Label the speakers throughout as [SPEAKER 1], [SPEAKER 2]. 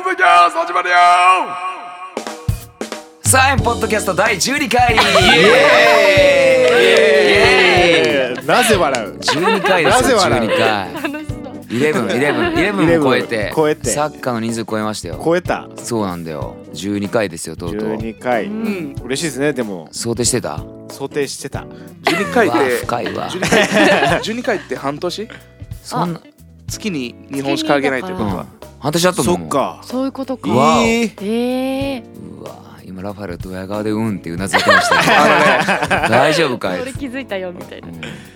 [SPEAKER 1] 始まるよ
[SPEAKER 2] サインポッドキャスト第12回
[SPEAKER 3] なぜ笑う
[SPEAKER 2] 12回ですよ
[SPEAKER 3] なぜ笑う
[SPEAKER 2] 12回111111も超え て
[SPEAKER 3] 11超えて
[SPEAKER 2] サッカーの人数超えましたよ
[SPEAKER 3] 超えた
[SPEAKER 2] そうなんだよ12回ですよとうとう
[SPEAKER 3] 12回嬉しいですねでも
[SPEAKER 2] 想定してた
[SPEAKER 3] 想定してた
[SPEAKER 1] !12 回っ
[SPEAKER 2] わあ
[SPEAKER 1] て、
[SPEAKER 2] 深いわ
[SPEAKER 1] 12回12回って半年
[SPEAKER 2] そんな
[SPEAKER 1] 月に2本しかあげないという
[SPEAKER 2] う
[SPEAKER 1] こ
[SPEAKER 2] ん
[SPEAKER 1] とは。
[SPEAKER 2] 半年あったと
[SPEAKER 3] そ
[SPEAKER 2] 思
[SPEAKER 3] っ
[SPEAKER 2] う
[SPEAKER 3] か
[SPEAKER 4] そういうことか。
[SPEAKER 2] わお
[SPEAKER 3] いい
[SPEAKER 4] ええ
[SPEAKER 2] うわ今ラファエルドヤ顔でうんってうなずいてましたよ あのね大丈夫かい
[SPEAKER 4] 俺気づいたよみたいな。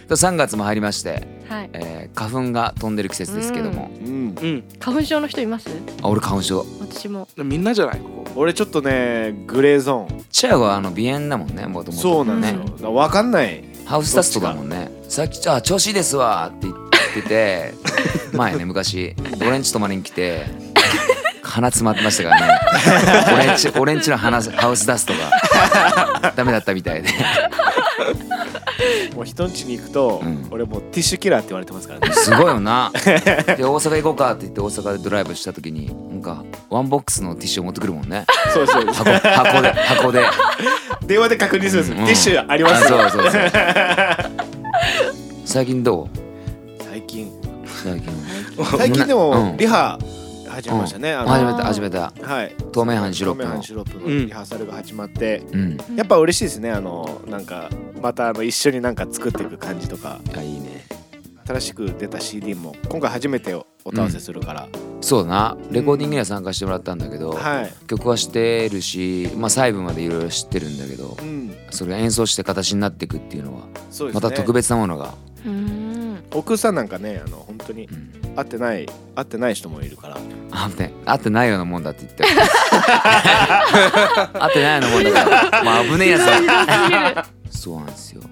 [SPEAKER 2] 3月も入りまして、
[SPEAKER 4] はい。
[SPEAKER 2] えー花粉が飛んでる季節ですけども、
[SPEAKER 3] うん
[SPEAKER 1] うん。
[SPEAKER 4] 花粉症の人います？
[SPEAKER 2] あ俺花粉症
[SPEAKER 4] 私も。
[SPEAKER 1] みんなじゃないここ。
[SPEAKER 3] 俺ちょっとねグレーゾーン
[SPEAKER 2] チャイはあの鼻炎だもんねもともと
[SPEAKER 3] そうなんです
[SPEAKER 2] ね
[SPEAKER 3] よだから分かんない
[SPEAKER 2] ハウスダストだもんねさっき「あ調子いいですわ」って言ってて前 ね昔俺んち泊まりに来て鼻詰まってましたから ね俺んち俺んちの鼻ハウスダストが ダメだったみたいで
[SPEAKER 3] もう人ん家に行くと、
[SPEAKER 2] うん
[SPEAKER 3] 俺もうティッシュキラーって言われてますからね
[SPEAKER 2] すごいよなで大阪行こうかって言って大阪でドライブした時になんかワンボックスのティッシュを持ってくるもんね
[SPEAKER 3] そうそう
[SPEAKER 2] 箱箱で箱で
[SPEAKER 3] 電話で確認するんですよ、
[SPEAKER 2] うん
[SPEAKER 3] ティッシュあり
[SPEAKER 2] あ
[SPEAKER 3] ます
[SPEAKER 2] そうそうそう最近どう
[SPEAKER 3] 最近
[SPEAKER 2] 最近
[SPEAKER 3] 最近で
[SPEAKER 2] う
[SPEAKER 3] も
[SPEAKER 2] ん
[SPEAKER 3] リハ始めましたね、あの
[SPEAKER 2] 始めた始めた
[SPEAKER 3] はい
[SPEAKER 2] 透明版シロップ
[SPEAKER 3] 透明
[SPEAKER 2] の
[SPEAKER 3] 版シロップのリハーサルが始まって、
[SPEAKER 2] うん
[SPEAKER 3] やっぱ嬉しいですねあのなんかまたあの一緒になんか作っていく感じとか
[SPEAKER 2] あいいね
[SPEAKER 3] 新しく出た CD も今回初めておお問わせするから、
[SPEAKER 2] そうだなレコーディングには参加してもらったんだけど、
[SPEAKER 3] はい、
[SPEAKER 2] 曲はしてるし、まあ、細部までいろいろ知ってるんだけど
[SPEAKER 3] うん、
[SPEAKER 2] それが演奏して形になっていくっていうのは
[SPEAKER 3] そうです
[SPEAKER 2] ま
[SPEAKER 3] ね
[SPEAKER 2] た特別なものが、
[SPEAKER 4] うーん。
[SPEAKER 3] 奥さんなんかねあの本当に
[SPEAKER 2] うん、
[SPEAKER 3] 会ってない会ってない人もいるから
[SPEAKER 2] あって合ってないようなもんだって言って 合ってないようなもんだからまあ危ねえやつだそうなんですよ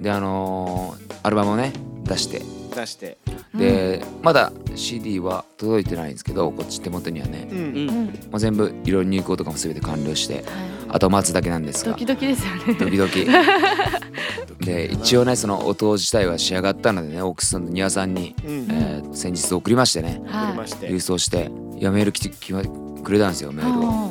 [SPEAKER 2] であのーアルバムをね出して
[SPEAKER 3] 出して
[SPEAKER 2] で、まだ CD は届いてないんですけどこっち手元にはね
[SPEAKER 3] う、ん、
[SPEAKER 1] うん
[SPEAKER 4] うん。
[SPEAKER 2] まあ、全部いろいろ入稿とかも全て完了して
[SPEAKER 4] はい。
[SPEAKER 2] あとは待つだけなんですが
[SPEAKER 4] ドキドキですよ
[SPEAKER 2] ド
[SPEAKER 4] ね。
[SPEAKER 2] キドキで一応ねその音自体は仕上がったのでね奥さんと庭さんに、
[SPEAKER 3] うん
[SPEAKER 2] えー先日送りましてね
[SPEAKER 3] 送り
[SPEAKER 4] は
[SPEAKER 3] ま
[SPEAKER 4] い。
[SPEAKER 3] して、
[SPEAKER 2] 郵送していやメール来てきまくれたんですよメールを
[SPEAKER 4] あ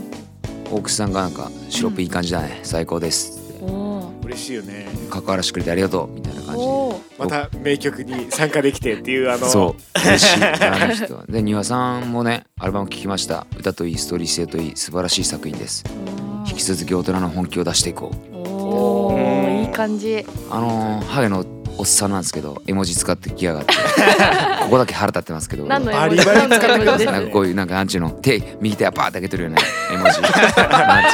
[SPEAKER 2] 奥さんがなんか「シロップいい感じだね、最高です」っ
[SPEAKER 4] ーおー
[SPEAKER 3] 嬉しいよね
[SPEAKER 2] て「関わらせてくれてありがとう」みたいな感じ
[SPEAKER 4] お
[SPEAKER 2] で。
[SPEAKER 4] ー。
[SPEAKER 3] また名曲に参加できてっていうあの
[SPEAKER 2] そう嬉しいあの人はで庭さんもねアルバム聴きました歌といいストーリー性といい素晴らしい作品です引き続き大人の本気を出していこう
[SPEAKER 4] お
[SPEAKER 1] うん
[SPEAKER 4] ー。いい感じ。
[SPEAKER 2] あのーハゲのおっさんなんですけど絵文字使ってきやがってここだけ腹立ってますけど
[SPEAKER 4] 何の絵
[SPEAKER 3] バ
[SPEAKER 4] 文
[SPEAKER 3] リ
[SPEAKER 4] 字？
[SPEAKER 3] バリ使って
[SPEAKER 4] 何
[SPEAKER 3] く
[SPEAKER 4] の絵
[SPEAKER 3] だ
[SPEAKER 4] 文字
[SPEAKER 3] さい
[SPEAKER 2] なんかこういうなんかなんちゅうの手右手はバーって開けてるよね絵文字なんちゅう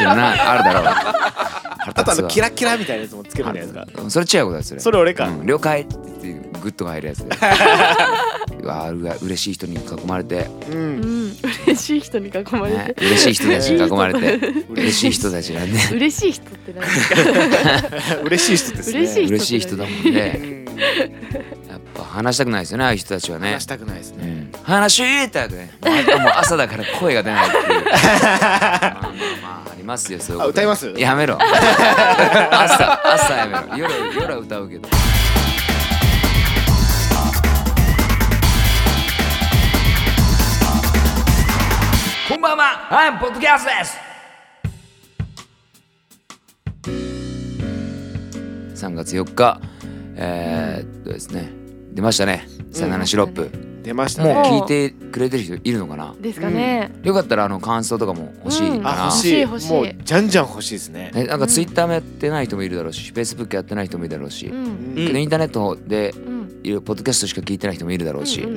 [SPEAKER 2] のなあるだろう
[SPEAKER 3] あとあ
[SPEAKER 2] 腹
[SPEAKER 3] の
[SPEAKER 2] 立つ
[SPEAKER 3] キ
[SPEAKER 2] わ
[SPEAKER 3] ラキラみたいなやつもつけるんじゃないですか
[SPEAKER 2] うんそれ違うことです
[SPEAKER 3] それ俺か、
[SPEAKER 2] うん了解って言ってグッと入るやつうわうわ嬉しい人に囲まれて
[SPEAKER 3] う、
[SPEAKER 4] うんん。嬉しい人に囲まれ
[SPEAKER 2] ね
[SPEAKER 4] て。
[SPEAKER 2] 嬉しい人たちに囲まれて嬉しい人
[SPEAKER 3] で
[SPEAKER 2] た
[SPEAKER 3] す
[SPEAKER 2] ち
[SPEAKER 3] ね
[SPEAKER 2] なんで
[SPEAKER 4] 嬉しい人って何ですか？
[SPEAKER 3] 嬉しい人ですね
[SPEAKER 4] 嬉しい
[SPEAKER 2] 嬉しい人だもんね
[SPEAKER 3] うん
[SPEAKER 2] やっぱ話したくないですよねああいう人たちはね
[SPEAKER 3] 話したくないです
[SPEAKER 2] う
[SPEAKER 3] ね、
[SPEAKER 2] ん話したくねもう朝だから声が出ない っていうまあまあまあありますよそういうこと
[SPEAKER 3] あ歌います
[SPEAKER 2] やめ ろ朝朝やめろ夜夜は歌うけどこんばんははいポッドキャストです3月4日えー、っとですね出ましたね「さよならシロップ」
[SPEAKER 3] 出ました
[SPEAKER 2] もう
[SPEAKER 3] ね
[SPEAKER 2] 聞いてくれてる人いるのかな
[SPEAKER 4] ですかね。
[SPEAKER 2] よかったらあの感想とかも欲しいか
[SPEAKER 4] うん
[SPEAKER 2] な、
[SPEAKER 3] あ欲しい
[SPEAKER 4] 欲しい
[SPEAKER 3] も
[SPEAKER 4] 欲しいう
[SPEAKER 3] じゃんじゃん欲しいですね
[SPEAKER 2] ねなんかツイッターもやってない人もいるだろうし、フェイスブックやってない人もいるだろうし、
[SPEAKER 4] う。
[SPEAKER 3] うんん
[SPEAKER 2] けどインターネットで
[SPEAKER 4] うん。
[SPEAKER 2] いるポッドキャストしか聞いてない人もいるだろうし、
[SPEAKER 4] うん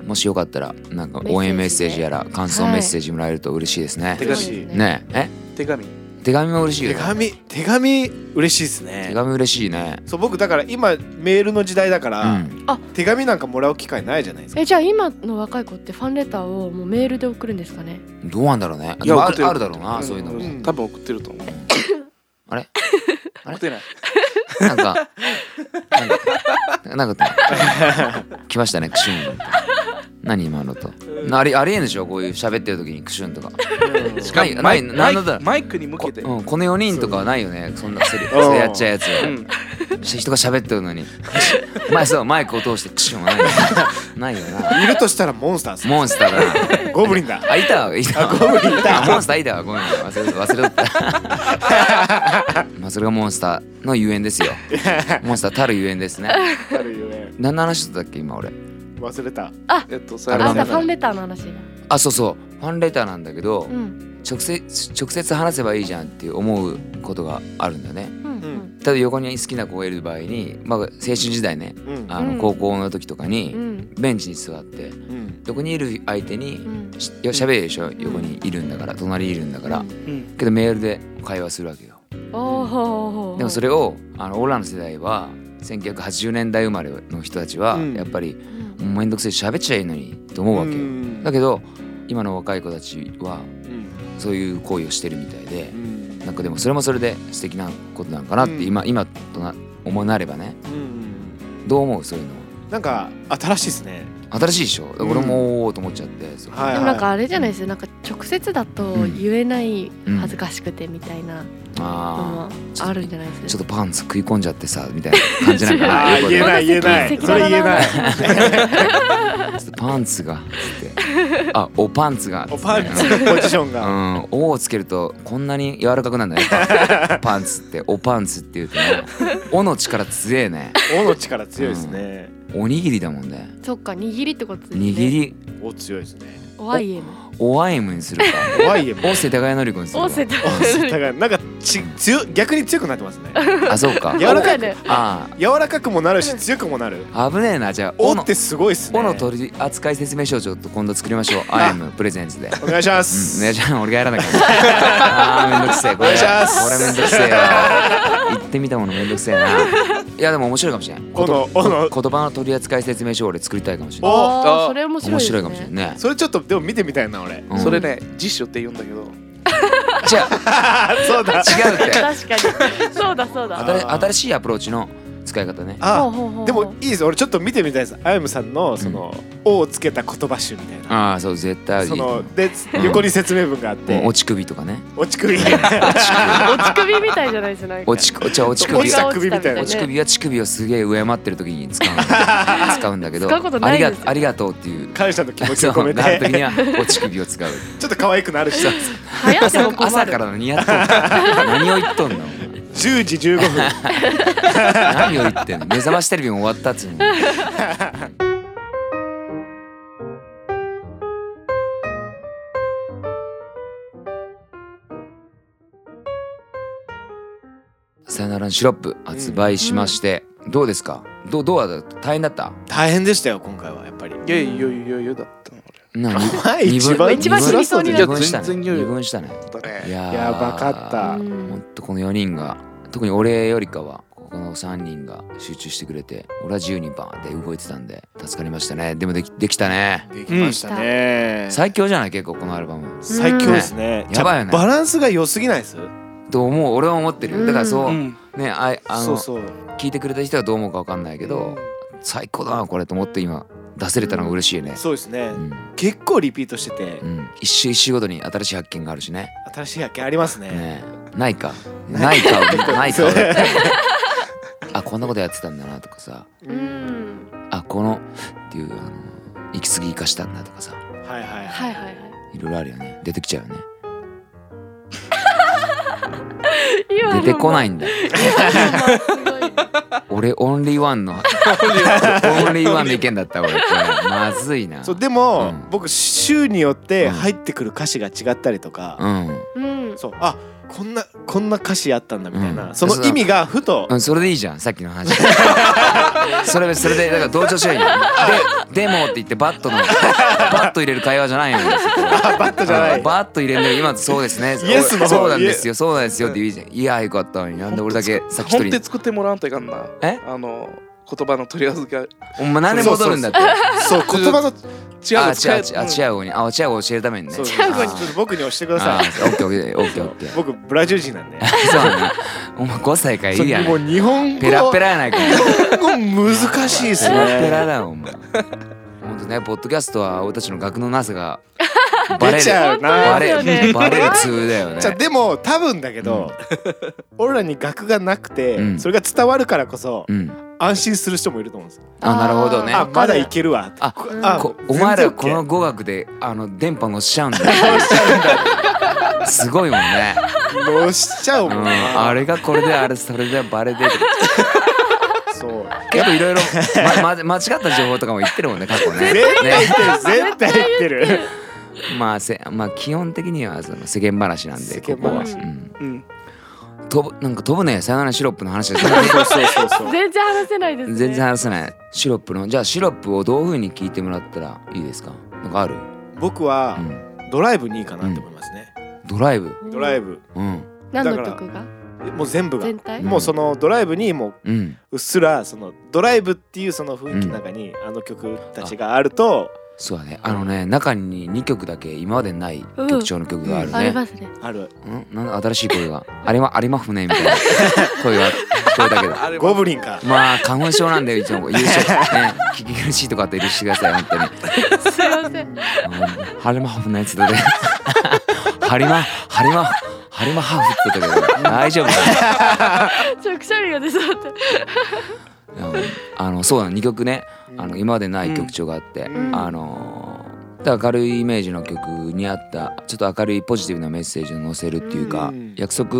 [SPEAKER 3] うん
[SPEAKER 2] もしよかったらなんか応援メ
[SPEAKER 4] メ
[SPEAKER 2] ッ
[SPEAKER 4] ッ
[SPEAKER 2] セ
[SPEAKER 4] セージね
[SPEAKER 2] ージやら感想
[SPEAKER 4] はい
[SPEAKER 2] メッセージもらえると嬉しいですね。
[SPEAKER 3] 手
[SPEAKER 1] 紙
[SPEAKER 4] そうです
[SPEAKER 2] ねえ
[SPEAKER 1] 手紙。
[SPEAKER 2] え手紙も嬉しいよ
[SPEAKER 3] 手
[SPEAKER 2] ね。
[SPEAKER 3] 紙手紙嬉しいです
[SPEAKER 2] 手
[SPEAKER 3] ね
[SPEAKER 2] 紙嬉しいね。
[SPEAKER 3] そう僕だから今メールの時代だか
[SPEAKER 2] う
[SPEAKER 3] ら、
[SPEAKER 2] ん、
[SPEAKER 3] 手紙なんかもらう機会ないじゃないですか
[SPEAKER 4] えじゃあ今の若い子ってファンレターをもうメールで送るんですかね
[SPEAKER 2] どうなんだろうね。
[SPEAKER 1] いや
[SPEAKER 2] でもあ
[SPEAKER 1] 送って
[SPEAKER 2] る
[SPEAKER 1] る
[SPEAKER 2] あるだろうな、
[SPEAKER 1] うん
[SPEAKER 2] そういうのも。
[SPEAKER 3] うん
[SPEAKER 1] 多分送ってると思う。
[SPEAKER 2] あれあれ
[SPEAKER 1] 送ってない。
[SPEAKER 2] なんか、なんか、なんか、来ましたね、シュン。何今のとなありありえんでしょこういう喋ってる時にクシュンとか
[SPEAKER 1] しかも
[SPEAKER 2] ない
[SPEAKER 1] マイ
[SPEAKER 2] ない
[SPEAKER 1] マイ
[SPEAKER 2] なんだろう
[SPEAKER 1] マイクに向けて、
[SPEAKER 2] うん、この4人とかはないよねそんなせり
[SPEAKER 3] うん
[SPEAKER 2] せりやっちゃうやつ
[SPEAKER 1] うん
[SPEAKER 2] し人が喋ってるのに前そうマイクを通してクシュンはないよないよない
[SPEAKER 3] るとしたらモンスターです
[SPEAKER 2] モンスターだな
[SPEAKER 3] ゴブリンだ
[SPEAKER 2] あいたわいたわ
[SPEAKER 3] ゴブリンいた
[SPEAKER 2] あモンスターいたわごめん忘れ忘れとったまあそれがモンスターのゆえんですよモンスターたるゆえんですね
[SPEAKER 3] あるよね
[SPEAKER 2] 何の話してたっけ今俺
[SPEAKER 3] 忘れた
[SPEAKER 1] えっと
[SPEAKER 2] あ
[SPEAKER 1] さ
[SPEAKER 2] れだ
[SPEAKER 4] あん
[SPEAKER 2] ね
[SPEAKER 4] た
[SPEAKER 1] あ
[SPEAKER 4] ファンレターの話
[SPEAKER 2] あそうそうファンレターなんだけど、
[SPEAKER 4] うん
[SPEAKER 2] 直接直接話せばいいじゃんって思うことがあるんだよね
[SPEAKER 4] うんうん
[SPEAKER 2] ただ横に好きな子がいる場合に、まあ、青春時代ね
[SPEAKER 3] うん
[SPEAKER 2] あ
[SPEAKER 4] う
[SPEAKER 2] の
[SPEAKER 4] ん
[SPEAKER 2] 高校の時とか
[SPEAKER 4] う
[SPEAKER 2] に
[SPEAKER 4] ん
[SPEAKER 2] ベンチに座って
[SPEAKER 3] うん
[SPEAKER 2] 横にいる相手
[SPEAKER 4] う
[SPEAKER 2] に
[SPEAKER 4] ん
[SPEAKER 2] しいや喋るでしょ横にいるんだから隣にいるんだから
[SPEAKER 1] うん
[SPEAKER 2] けどメールで会話するわけよ
[SPEAKER 4] おー
[SPEAKER 2] でもそれをあの俺らの世代は1980年代生まれの人たちは
[SPEAKER 3] うん
[SPEAKER 2] やっぱり
[SPEAKER 4] うん
[SPEAKER 2] もうめんどくせえ喋っちゃいいのにと思うわけよ
[SPEAKER 3] ん
[SPEAKER 2] だけど今の若い子たちは
[SPEAKER 3] うん
[SPEAKER 2] そういう行為をしてるみたいで
[SPEAKER 3] うん
[SPEAKER 2] なんかでもそれもそれで素敵なことなのかなっ
[SPEAKER 3] うん
[SPEAKER 2] て今今とな思うなればね
[SPEAKER 3] うん
[SPEAKER 2] どう思うそういうの
[SPEAKER 3] なんか新しいですね
[SPEAKER 2] 新しいでしょ
[SPEAKER 3] ん
[SPEAKER 2] 俺もおーと思っちゃってそう
[SPEAKER 3] はい
[SPEAKER 4] でもなんかあれじゃないですよなんか直接だと言えない
[SPEAKER 2] うん
[SPEAKER 4] 恥ずかしくてみたいなの
[SPEAKER 2] あ
[SPEAKER 4] もあるんじゃないですか
[SPEAKER 2] ーちょっとパンツ食い込んじゃってさみたいな感じ なんかな
[SPEAKER 3] あー言えない言えな
[SPEAKER 4] 赤
[SPEAKER 3] い
[SPEAKER 4] 裸
[SPEAKER 3] それ
[SPEAKER 4] 々
[SPEAKER 3] 言えない
[SPEAKER 2] ちょっとパンツがつってあおパンツがつって
[SPEAKER 3] おパンツのポジション
[SPEAKER 2] う
[SPEAKER 3] が
[SPEAKER 2] ん、おをつけるとこんなに柔らかくなるんだ ねパンツっておパンツって言うとねおの力強えね
[SPEAKER 3] おの力強いですね
[SPEAKER 2] おにぎりだもんね
[SPEAKER 4] そっか握りってことですね
[SPEAKER 2] 握り
[SPEAKER 3] お強いですね
[SPEAKER 4] おあいえ
[SPEAKER 2] おあえむにするか
[SPEAKER 3] 怖 いよも
[SPEAKER 2] お世田谷のり子にするか
[SPEAKER 4] お世田
[SPEAKER 3] お互いなんかち強い逆に強くなってますね
[SPEAKER 2] あそうか
[SPEAKER 3] 柔らか
[SPEAKER 4] い
[SPEAKER 3] く
[SPEAKER 4] ね
[SPEAKER 2] あ
[SPEAKER 3] 柔らかくもなるし強くもなる
[SPEAKER 2] あ危ねえなじゃあ
[SPEAKER 3] お
[SPEAKER 2] の
[SPEAKER 3] ってすごいっすね
[SPEAKER 2] おの取り扱い説明書をちょっと今度作りましょう
[SPEAKER 3] あ
[SPEAKER 2] アイムプレゼンツで
[SPEAKER 3] お願いしま
[SPEAKER 2] う
[SPEAKER 3] す
[SPEAKER 2] ん、ねじゃあ俺がや らなきゃあーめんどくせえこれ
[SPEAKER 3] お願いします
[SPEAKER 2] これめんどくせえよ行ってみたものめんどくせえないやでも面白いかもしれ ん
[SPEAKER 3] おのおの
[SPEAKER 2] 言葉の取り扱い説明書を俺作りたいかもしれない
[SPEAKER 4] あ
[SPEAKER 1] あ
[SPEAKER 4] ーそれ面白い
[SPEAKER 2] 面
[SPEAKER 4] です
[SPEAKER 2] 白
[SPEAKER 4] ね
[SPEAKER 2] いかもしれんね
[SPEAKER 3] それちょっとでも見てみたいな俺
[SPEAKER 2] うん
[SPEAKER 1] それね辞書って言うんだけど
[SPEAKER 2] じゃ あ
[SPEAKER 3] あそうだ
[SPEAKER 2] 違うって
[SPEAKER 4] 確かにそうだそうだ
[SPEAKER 3] あ
[SPEAKER 2] 新新しいアプローチの使い方ね
[SPEAKER 4] ほう
[SPEAKER 3] あ
[SPEAKER 4] ほうほう
[SPEAKER 3] でもいいです俺ちょっと見てみたいですあやむさんのその「お」をつけた言葉集みたいな
[SPEAKER 2] ああそう絶対いい
[SPEAKER 3] そので横に説明文があっ
[SPEAKER 2] もう
[SPEAKER 3] て
[SPEAKER 2] 落ち首とかね
[SPEAKER 3] 落ち首
[SPEAKER 4] 落ち首みたいじゃないですかなんか
[SPEAKER 2] 落ち じゃあ落ち
[SPEAKER 3] 落
[SPEAKER 2] 首
[SPEAKER 3] ちた首みたいな
[SPEAKER 2] 落ち首は乳首をすげえ上回ってる時に使うんだ 使うんだけど
[SPEAKER 4] 使うことないです
[SPEAKER 2] ありがありがとうっていう
[SPEAKER 3] 感謝の気持 ち
[SPEAKER 2] そ
[SPEAKER 3] を込
[SPEAKER 2] う
[SPEAKER 3] め
[SPEAKER 2] なる時に
[SPEAKER 3] て
[SPEAKER 2] は落ち首を使 う
[SPEAKER 3] ちょっと可愛くなるし
[SPEAKER 4] 流行っても困
[SPEAKER 2] 朝か
[SPEAKER 4] る
[SPEAKER 2] ら何やっとんの何を言っとんのお前
[SPEAKER 3] 10時15分
[SPEAKER 2] 何を言ってんの目覚ましテレビも終わったっつうのにさよならのシロップ発売しまして、どうですかどうどうだった大変だった
[SPEAKER 3] 大変でしたよ今回はやっ ぱり
[SPEAKER 1] いやいやいやいやいやだったの
[SPEAKER 2] な
[SPEAKER 3] 前一番
[SPEAKER 4] 一番死にそうにな
[SPEAKER 1] る
[SPEAKER 2] 二分したね
[SPEAKER 1] いや全然余裕
[SPEAKER 2] 二分したね
[SPEAKER 1] 俺だ
[SPEAKER 2] い
[SPEAKER 1] ね
[SPEAKER 2] やー
[SPEAKER 3] やばかった
[SPEAKER 4] うん
[SPEAKER 2] ほんとこの4人が特に俺よりかはここの3人が集中してくれて俺は自由にバーンって動いてたんで助かりましたねでもできできたね
[SPEAKER 3] できましたね
[SPEAKER 2] 最強じゃない結構このアルバム
[SPEAKER 3] 最強ですね
[SPEAKER 2] やばいよね
[SPEAKER 3] じゃあバランスが良すぎないです
[SPEAKER 2] と思う俺は思ってるよだからそう、
[SPEAKER 1] うん
[SPEAKER 2] ねあいあの
[SPEAKER 3] そうそう
[SPEAKER 2] 聞いてくれた人はどう思うか分かんないけど、最高だなこれと思って今出せれたのが嬉しいね
[SPEAKER 3] そうですね
[SPEAKER 2] うん、
[SPEAKER 3] 結構リピートしてて
[SPEAKER 2] うん、一周一周ごとに新しい発見があるしね
[SPEAKER 3] 新しい発見ありますね
[SPEAKER 2] ねえないかないかないか 俺あこんなことやってたんだなとかさ
[SPEAKER 4] う
[SPEAKER 3] うん
[SPEAKER 4] ん
[SPEAKER 2] あこのっていうあの行き過ぎ生かしたんだとかさ
[SPEAKER 3] はいはい
[SPEAKER 4] は
[SPEAKER 3] はいい
[SPEAKER 4] はいはい
[SPEAKER 2] いろいろあるよね出てきちゃうよね
[SPEAKER 4] 今の
[SPEAKER 2] 出てこないい んだ
[SPEAKER 4] すごい
[SPEAKER 2] 俺オンリーワンのオンリーワンの意見だった俺これまずいな
[SPEAKER 3] そうでも、
[SPEAKER 2] うん
[SPEAKER 3] 僕週によって
[SPEAKER 2] うん
[SPEAKER 3] 入ってくる歌詞が違ったりとか、
[SPEAKER 2] うん
[SPEAKER 4] うん
[SPEAKER 3] そうあこんなこんな歌詞あったんだみたいな、
[SPEAKER 2] うん
[SPEAKER 3] その意味がふと、
[SPEAKER 2] うんそれでいいじゃんさっきの話 それそれでだから同調しないよで「でも」って言ってバットのバット入れる会話じゃないよ
[SPEAKER 3] あバットじゃない
[SPEAKER 2] バッと入れんのよ今そうですね
[SPEAKER 3] イエスの方
[SPEAKER 2] そうなんですよそうなんですよって言うじゃんいやよかったのになんで俺だけさっき一
[SPEAKER 1] 本
[SPEAKER 2] 人
[SPEAKER 1] 手作ってもらわんといかんな
[SPEAKER 2] え
[SPEAKER 1] あの言葉の取り扱い
[SPEAKER 2] お前何で戻るんだって
[SPEAKER 3] そう言葉の
[SPEAKER 1] 違う
[SPEAKER 2] あ
[SPEAKER 1] の使
[SPEAKER 2] 違
[SPEAKER 1] え
[SPEAKER 2] う違う違う方にあ違う方教えるためにね
[SPEAKER 3] そう
[SPEAKER 4] 違う子に
[SPEAKER 3] ちょっと僕に押してくだ
[SPEAKER 2] あ
[SPEAKER 3] さい
[SPEAKER 2] ーオッケーオッケーオッケーオッケー
[SPEAKER 3] 僕ブラジル人なんで
[SPEAKER 2] そうなんだお前5歳からいいやん
[SPEAKER 3] そうもう日本語
[SPEAKER 2] ペラペラやないか
[SPEAKER 3] 日本語難しいです
[SPEAKER 2] ペラペ
[SPEAKER 3] ね
[SPEAKER 2] ラだよお前ほんとねポッドキャストは俺たちの額のなさ がバレ
[SPEAKER 3] 出
[SPEAKER 2] る
[SPEAKER 3] ちゃう
[SPEAKER 2] バ
[SPEAKER 3] な
[SPEAKER 4] 本当です
[SPEAKER 2] レ
[SPEAKER 4] よね
[SPEAKER 2] るバレる通だよね
[SPEAKER 3] じゃあでも多分だけど、 俺らに額がなくて、
[SPEAKER 2] うん
[SPEAKER 3] それが伝わるからこそ、
[SPEAKER 2] うん
[SPEAKER 3] 安心する人もいると思うんですよ、
[SPEAKER 2] あなるほどね
[SPEAKER 3] あ
[SPEAKER 4] わか
[SPEAKER 3] ま
[SPEAKER 4] る
[SPEAKER 3] だいけるわ
[SPEAKER 2] あ
[SPEAKER 4] うん
[SPEAKER 3] あ
[SPEAKER 2] こお
[SPEAKER 3] 全然
[SPEAKER 2] 前ら
[SPEAKER 3] OK
[SPEAKER 2] この語学であの電波のしちゃ うんだよすごいもんね、
[SPEAKER 3] どうしちゃう
[SPEAKER 2] う
[SPEAKER 3] もん
[SPEAKER 2] ん、
[SPEAKER 3] な
[SPEAKER 2] あれがこれであれそれでバレてる
[SPEAKER 3] そう
[SPEAKER 2] 結構いろいろまま間違った情報とかも言ってるもんね過去ね
[SPEAKER 3] 絶対
[SPEAKER 2] ね
[SPEAKER 3] 言ってる絶対言ってる
[SPEAKER 2] まあせまあ基本的にはその世間話なんで
[SPEAKER 3] 世
[SPEAKER 2] ここ
[SPEAKER 3] 間
[SPEAKER 2] は、う
[SPEAKER 4] 話
[SPEAKER 2] ん、
[SPEAKER 1] うん。
[SPEAKER 2] 飛ぶなんか飛ぶねさよならシロップの話です
[SPEAKER 3] そうそうそうそう
[SPEAKER 4] 全然話せないですね
[SPEAKER 2] 全然話せないシロップのじゃあシロップをどういうふうに聞いてもらったらいいですかなんかある、
[SPEAKER 3] 僕
[SPEAKER 2] う
[SPEAKER 3] は
[SPEAKER 2] ん、
[SPEAKER 3] ドライブにいいかなって思いますね、
[SPEAKER 2] ドライブ
[SPEAKER 3] ドライ
[SPEAKER 4] ブ
[SPEAKER 3] ブ
[SPEAKER 2] うん
[SPEAKER 4] 何の
[SPEAKER 3] だから
[SPEAKER 4] 曲が
[SPEAKER 3] もう全部が
[SPEAKER 4] 全体
[SPEAKER 2] うん
[SPEAKER 3] もうそのドライブにもう
[SPEAKER 2] うん
[SPEAKER 3] うっすらそのドライブっていうその雰囲気の中にあの曲たちがあると
[SPEAKER 2] そうだねあのね中に2曲だけ今までない
[SPEAKER 4] うん
[SPEAKER 2] 曲調の曲がある
[SPEAKER 4] あり
[SPEAKER 2] ね、
[SPEAKER 4] ますね
[SPEAKER 3] ある
[SPEAKER 2] うん、なんか新しい声がありまありまふねみたいな声が声だけど
[SPEAKER 1] あれ
[SPEAKER 3] ゴブリンか
[SPEAKER 2] まあ花粉症なんだよ一応優勝ね聞き苦しいとかあって許してください本当に
[SPEAKER 4] すいません
[SPEAKER 2] うんハリマハフのやつだね。 ハリマ、ハリマ、ハリマハフって言ったけど、大丈夫か
[SPEAKER 4] ちょっとくしゃみが出そうだっ
[SPEAKER 2] な。うんあの、そうだ、二曲ね、あの、今までない曲調があって、
[SPEAKER 3] うん
[SPEAKER 2] あのー。で明るいイメージの曲に合ったちょっと明るいポジティブなメッセージを載せるっていうか、
[SPEAKER 3] うん
[SPEAKER 2] 約束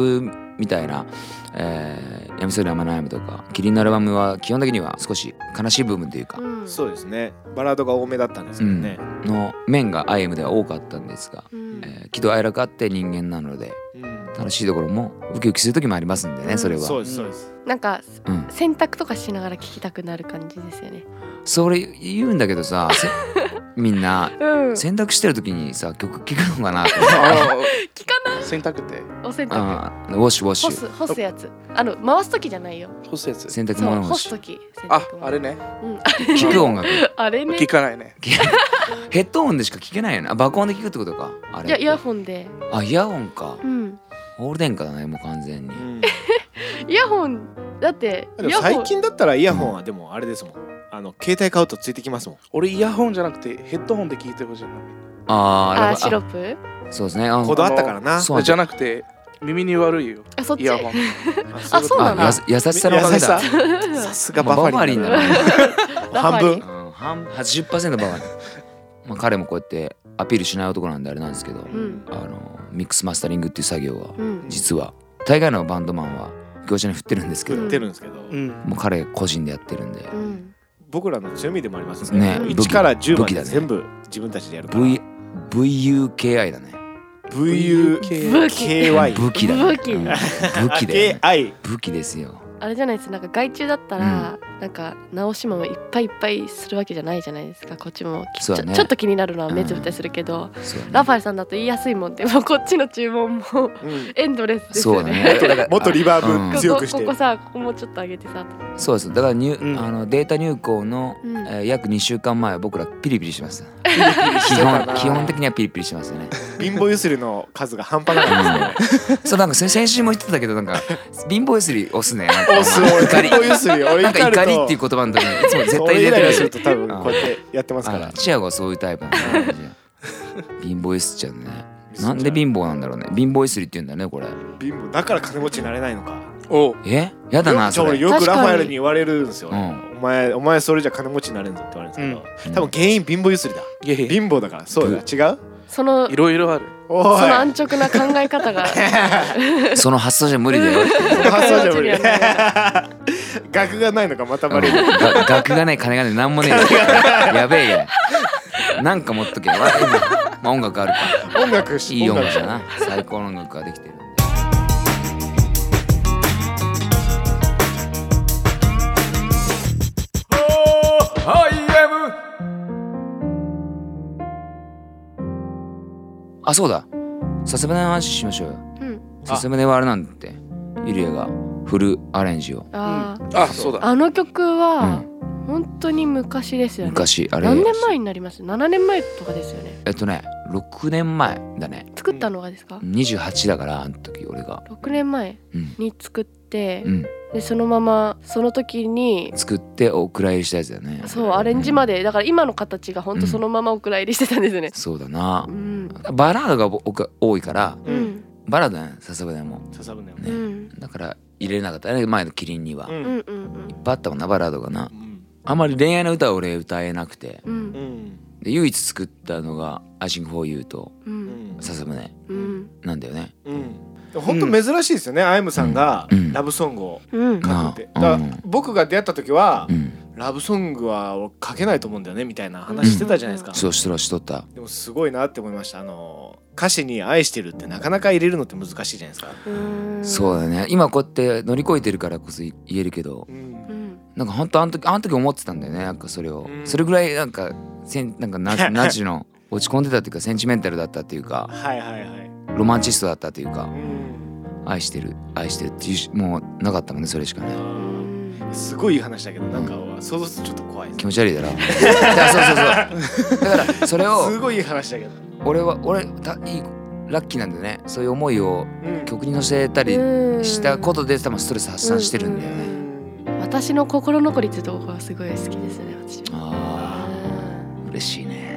[SPEAKER 2] みたいな「えー、やみそうに甘悩む」とか「キリンのアルバム」は基本的には少し悲しい部分という
[SPEAKER 4] た
[SPEAKER 2] か
[SPEAKER 4] うん
[SPEAKER 3] そうですねバラードが多めだったんですけどね、
[SPEAKER 2] の面が「アイエム」では多かったんですが、
[SPEAKER 4] うん
[SPEAKER 2] えー喜怒哀楽あって人間なので
[SPEAKER 3] うん
[SPEAKER 2] 楽しいところもウキウキする時もありますんでね、
[SPEAKER 4] うん
[SPEAKER 2] それは
[SPEAKER 3] そうですそうです、
[SPEAKER 4] なんか
[SPEAKER 2] うん、
[SPEAKER 4] 洗濯とかしながら聞きたくなる感じですよね
[SPEAKER 2] それ言うんだけど させみんな
[SPEAKER 4] うん聞
[SPEAKER 2] 洗濯してる時にさ曲聴くのかな と思って
[SPEAKER 1] あ
[SPEAKER 4] かない
[SPEAKER 1] の洗濯って
[SPEAKER 4] お洗濯
[SPEAKER 2] あーウォッシュウォッシ
[SPEAKER 4] 干
[SPEAKER 2] ュ
[SPEAKER 4] す干すやつあの回す時じゃないよ
[SPEAKER 1] 干すやつ。
[SPEAKER 2] 洗濯
[SPEAKER 4] そう
[SPEAKER 2] 物干
[SPEAKER 4] 干す
[SPEAKER 2] し
[SPEAKER 4] 時洗
[SPEAKER 1] あ
[SPEAKER 4] 濯、物
[SPEAKER 1] あれね。
[SPEAKER 4] うん
[SPEAKER 2] 聴く音楽
[SPEAKER 4] あれね
[SPEAKER 1] 聞かないね。
[SPEAKER 2] ヘッドホンでしか聴けないよねあ爆音で聴くってことかあれ
[SPEAKER 4] いやイヤホンで
[SPEAKER 2] あイヤホンか
[SPEAKER 4] うん
[SPEAKER 2] オール電化だねもう完全に
[SPEAKER 3] うん
[SPEAKER 4] イヤホンだって
[SPEAKER 3] で
[SPEAKER 4] イ
[SPEAKER 3] も
[SPEAKER 4] ヤホ
[SPEAKER 3] 最
[SPEAKER 4] ン
[SPEAKER 3] 近だったらイヤホンはでもあれですもんあの携帯買うとついてきますもん
[SPEAKER 1] 俺イヤホンじゃなくてヘッドホンで聞いてほしい
[SPEAKER 2] あー
[SPEAKER 4] あ
[SPEAKER 2] あ
[SPEAKER 4] ー
[SPEAKER 2] れ
[SPEAKER 4] シロップ
[SPEAKER 2] そうですねあ
[SPEAKER 3] こだわったからな
[SPEAKER 2] そう
[SPEAKER 1] な。じゃなくて耳に悪いよ。
[SPEAKER 4] あそっ
[SPEAKER 1] イ
[SPEAKER 4] ち
[SPEAKER 1] ヤホン。
[SPEAKER 4] あそうな
[SPEAKER 2] あ
[SPEAKER 4] ん
[SPEAKER 2] や
[SPEAKER 4] だ
[SPEAKER 2] す優しさのおかげだ
[SPEAKER 3] 優しささすがバ
[SPEAKER 2] ま
[SPEAKER 3] フ
[SPEAKER 2] あ
[SPEAKER 3] ァリンだ
[SPEAKER 2] バ
[SPEAKER 3] な
[SPEAKER 2] ファリンだね
[SPEAKER 3] 半分
[SPEAKER 2] うん、半80%バカに、まあ、彼もこうやってアピールしない男なんであれなんですけど、
[SPEAKER 4] うん
[SPEAKER 2] あのミックスマスタリングっていう作業は
[SPEAKER 4] うん
[SPEAKER 2] 実は大概のバンドマンは業者に振ってるんですけど、
[SPEAKER 3] 作ってるんですけど、
[SPEAKER 1] うん。
[SPEAKER 2] もう彼個人でやってるんで、
[SPEAKER 4] うん
[SPEAKER 3] 僕らの強みでもあります
[SPEAKER 2] ね
[SPEAKER 3] ね
[SPEAKER 4] うん
[SPEAKER 2] 武器
[SPEAKER 3] 1から10ま
[SPEAKER 2] 武器
[SPEAKER 3] で
[SPEAKER 2] だね
[SPEAKER 3] 全部自分たちでやるから
[SPEAKER 2] v VUKI だね
[SPEAKER 1] VUK
[SPEAKER 4] 武器
[SPEAKER 3] VUKYKI
[SPEAKER 2] 武器だね
[SPEAKER 4] 武器
[SPEAKER 2] うん武器だよね武器ですよ
[SPEAKER 4] あれじゃないですなんか外注だったら、なんか直しもいっぱいいっぱいするわけじゃないじゃないですかこっちもきち
[SPEAKER 2] そ
[SPEAKER 4] ょ,、
[SPEAKER 2] うだね
[SPEAKER 4] っと気になるのは目つぶったりするけど、
[SPEAKER 2] そうだ
[SPEAKER 4] ラ
[SPEAKER 2] ね
[SPEAKER 4] ファエさんだと言いやすいもんでもうこっちの注文も
[SPEAKER 3] うん
[SPEAKER 4] エンドレスです
[SPEAKER 2] そ
[SPEAKER 4] よ
[SPEAKER 2] うだ
[SPEAKER 4] ね。
[SPEAKER 2] ねだから
[SPEAKER 3] もっとリバー
[SPEAKER 2] うん
[SPEAKER 3] ブ強くして
[SPEAKER 4] ここここさここもうちょっと上げてさ、
[SPEAKER 2] そうですだから入、
[SPEAKER 1] うん
[SPEAKER 2] あのデータ入稿の、
[SPEAKER 4] うん
[SPEAKER 2] えー約2週間前は僕らピリピリしてます基
[SPEAKER 3] してたな
[SPEAKER 2] 本基本的にはピリピリしてますよね
[SPEAKER 3] 貧乏ゆすりの数が半端なかったですね
[SPEAKER 2] そうなんか先先週も言ってたけどなんか貧乏ゆすり押すねなんか
[SPEAKER 3] 押す俺
[SPEAKER 2] 怒り
[SPEAKER 3] 貧乏ゆすり俺
[SPEAKER 2] なんか
[SPEAKER 3] 怒ると
[SPEAKER 2] 怒りっていう言葉の時にいつも絶対入れ
[SPEAKER 3] イライラ
[SPEAKER 2] て
[SPEAKER 3] する
[SPEAKER 2] る
[SPEAKER 3] と多分こうやってやってますか
[SPEAKER 2] あ
[SPEAKER 3] ら
[SPEAKER 2] チアゴはそういうタイプなんだね貧乏ゆすっちゃうねなんで貧乏なんだろうね貧乏ゆすりって言うんだねこれ
[SPEAKER 3] 貧乏だから金持ちになれないのか
[SPEAKER 1] おう。
[SPEAKER 2] えやだな
[SPEAKER 3] じ
[SPEAKER 2] そ
[SPEAKER 3] ゃあ俺
[SPEAKER 2] れ
[SPEAKER 3] よくラファエルに言われるんですよ、
[SPEAKER 2] 確か
[SPEAKER 3] お前お前それじゃ金持ちになれんぞって言われるんですけど、多分原因貧乏ゆすりだ
[SPEAKER 1] いやいや。
[SPEAKER 3] 貧乏だからそうだ違う
[SPEAKER 4] その
[SPEAKER 1] いろいろある。
[SPEAKER 3] おい
[SPEAKER 4] その安直な考え 方が
[SPEAKER 2] その発想じゃ無理だよ
[SPEAKER 3] その発想じゃ無
[SPEAKER 4] 金持ちに
[SPEAKER 3] 理額がないのかまたバレる
[SPEAKER 2] が額がない金がないなんもねえやべえやなんか持っとけわまあ音楽あるか
[SPEAKER 3] 音楽
[SPEAKER 2] いい音楽だ
[SPEAKER 3] な
[SPEAKER 2] な最高の音楽ができてるんであそうださすがの話しましょうよ
[SPEAKER 4] うん
[SPEAKER 2] さすがはあれなんだってゆりえがフルアレンジを
[SPEAKER 4] あー、
[SPEAKER 1] あ、そうだ。
[SPEAKER 4] あの曲
[SPEAKER 2] う
[SPEAKER 4] は
[SPEAKER 2] ん
[SPEAKER 4] 本当に昔ですよね
[SPEAKER 2] 昔あれ
[SPEAKER 4] 何年前になります7年前とかですよね
[SPEAKER 2] えっとね6年前だね
[SPEAKER 4] 作ったのがですか、
[SPEAKER 2] 28だからあの時俺が
[SPEAKER 4] 6年前
[SPEAKER 2] うん、
[SPEAKER 4] に作って、
[SPEAKER 2] うん、
[SPEAKER 4] でそのままその時に
[SPEAKER 2] 作ってお蔵入りしたやつだよね
[SPEAKER 4] そうアレンジまでだから今の形がほんとそのままお蔵入りしてたんですよね
[SPEAKER 2] そうだな
[SPEAKER 4] うん
[SPEAKER 2] バラードがおか多いから
[SPEAKER 4] う
[SPEAKER 3] うんん
[SPEAKER 2] バラードね笹部でも
[SPEAKER 3] 笹舟も
[SPEAKER 4] う
[SPEAKER 2] ね
[SPEAKER 4] ん
[SPEAKER 2] だから入れなかったね前のキリンには、
[SPEAKER 3] う
[SPEAKER 2] いっ
[SPEAKER 4] うんうんんうん
[SPEAKER 2] ぱいあったもんなバラードがな
[SPEAKER 3] うん
[SPEAKER 2] あまり恋愛の歌は俺歌えなくて
[SPEAKER 4] う
[SPEAKER 3] うんん
[SPEAKER 2] で唯一作ったのが「I Sing for You」と
[SPEAKER 4] う
[SPEAKER 3] うん
[SPEAKER 2] 「笹舟
[SPEAKER 4] うん」
[SPEAKER 2] なんだよね
[SPEAKER 3] ん本当珍しいですよね、アイムさんが
[SPEAKER 2] うん
[SPEAKER 3] ラブソングを
[SPEAKER 4] うん
[SPEAKER 3] 書くって、
[SPEAKER 2] うん
[SPEAKER 3] だ
[SPEAKER 2] う
[SPEAKER 3] か
[SPEAKER 2] ん
[SPEAKER 3] ら僕が出会った時は、
[SPEAKER 2] うん
[SPEAKER 3] ラブソングは俺書けないと思うんだよねみたいな話してたじゃないですか、
[SPEAKER 2] そうしとらしとった
[SPEAKER 3] でもすごいなって思いましたあの歌詞に「愛してる」ってなかなか入れるのって難しいじゃないですか、
[SPEAKER 4] うん
[SPEAKER 2] そうだね今こうやって乗り越えてるからこそ言えるけど
[SPEAKER 3] うん
[SPEAKER 4] うん
[SPEAKER 2] なんかほんとあの時あの時思ってたんだよねなんかそれを
[SPEAKER 3] うん
[SPEAKER 2] それぐらいなんかせんなんかなナチの落ち込んでたっていうかセンチメンタルだったっていうか
[SPEAKER 3] はいはいはい、
[SPEAKER 2] ロマンチストだったっていうか
[SPEAKER 3] うん
[SPEAKER 2] 愛してる愛してるっていうしもうなかったもんねそれしかね
[SPEAKER 4] うん
[SPEAKER 3] すごいいい話だけどなんか想像するとちょっと怖いです
[SPEAKER 2] 気持ち悪いだろ いや そうそうそうだからそれ
[SPEAKER 3] す
[SPEAKER 2] を
[SPEAKER 3] ごいいい話だけど、
[SPEAKER 2] 俺は俺たいいラッキーなんだよねそういう思いを
[SPEAKER 3] うん
[SPEAKER 2] 曲に乗せたり
[SPEAKER 4] うん
[SPEAKER 2] したことで多分ストレス発散してるんだよ
[SPEAKER 4] う
[SPEAKER 2] ね、
[SPEAKER 4] 私の心残りってとこがすごい好きですね私は
[SPEAKER 2] あ
[SPEAKER 4] う
[SPEAKER 2] あ嬉しいね
[SPEAKER 4] ん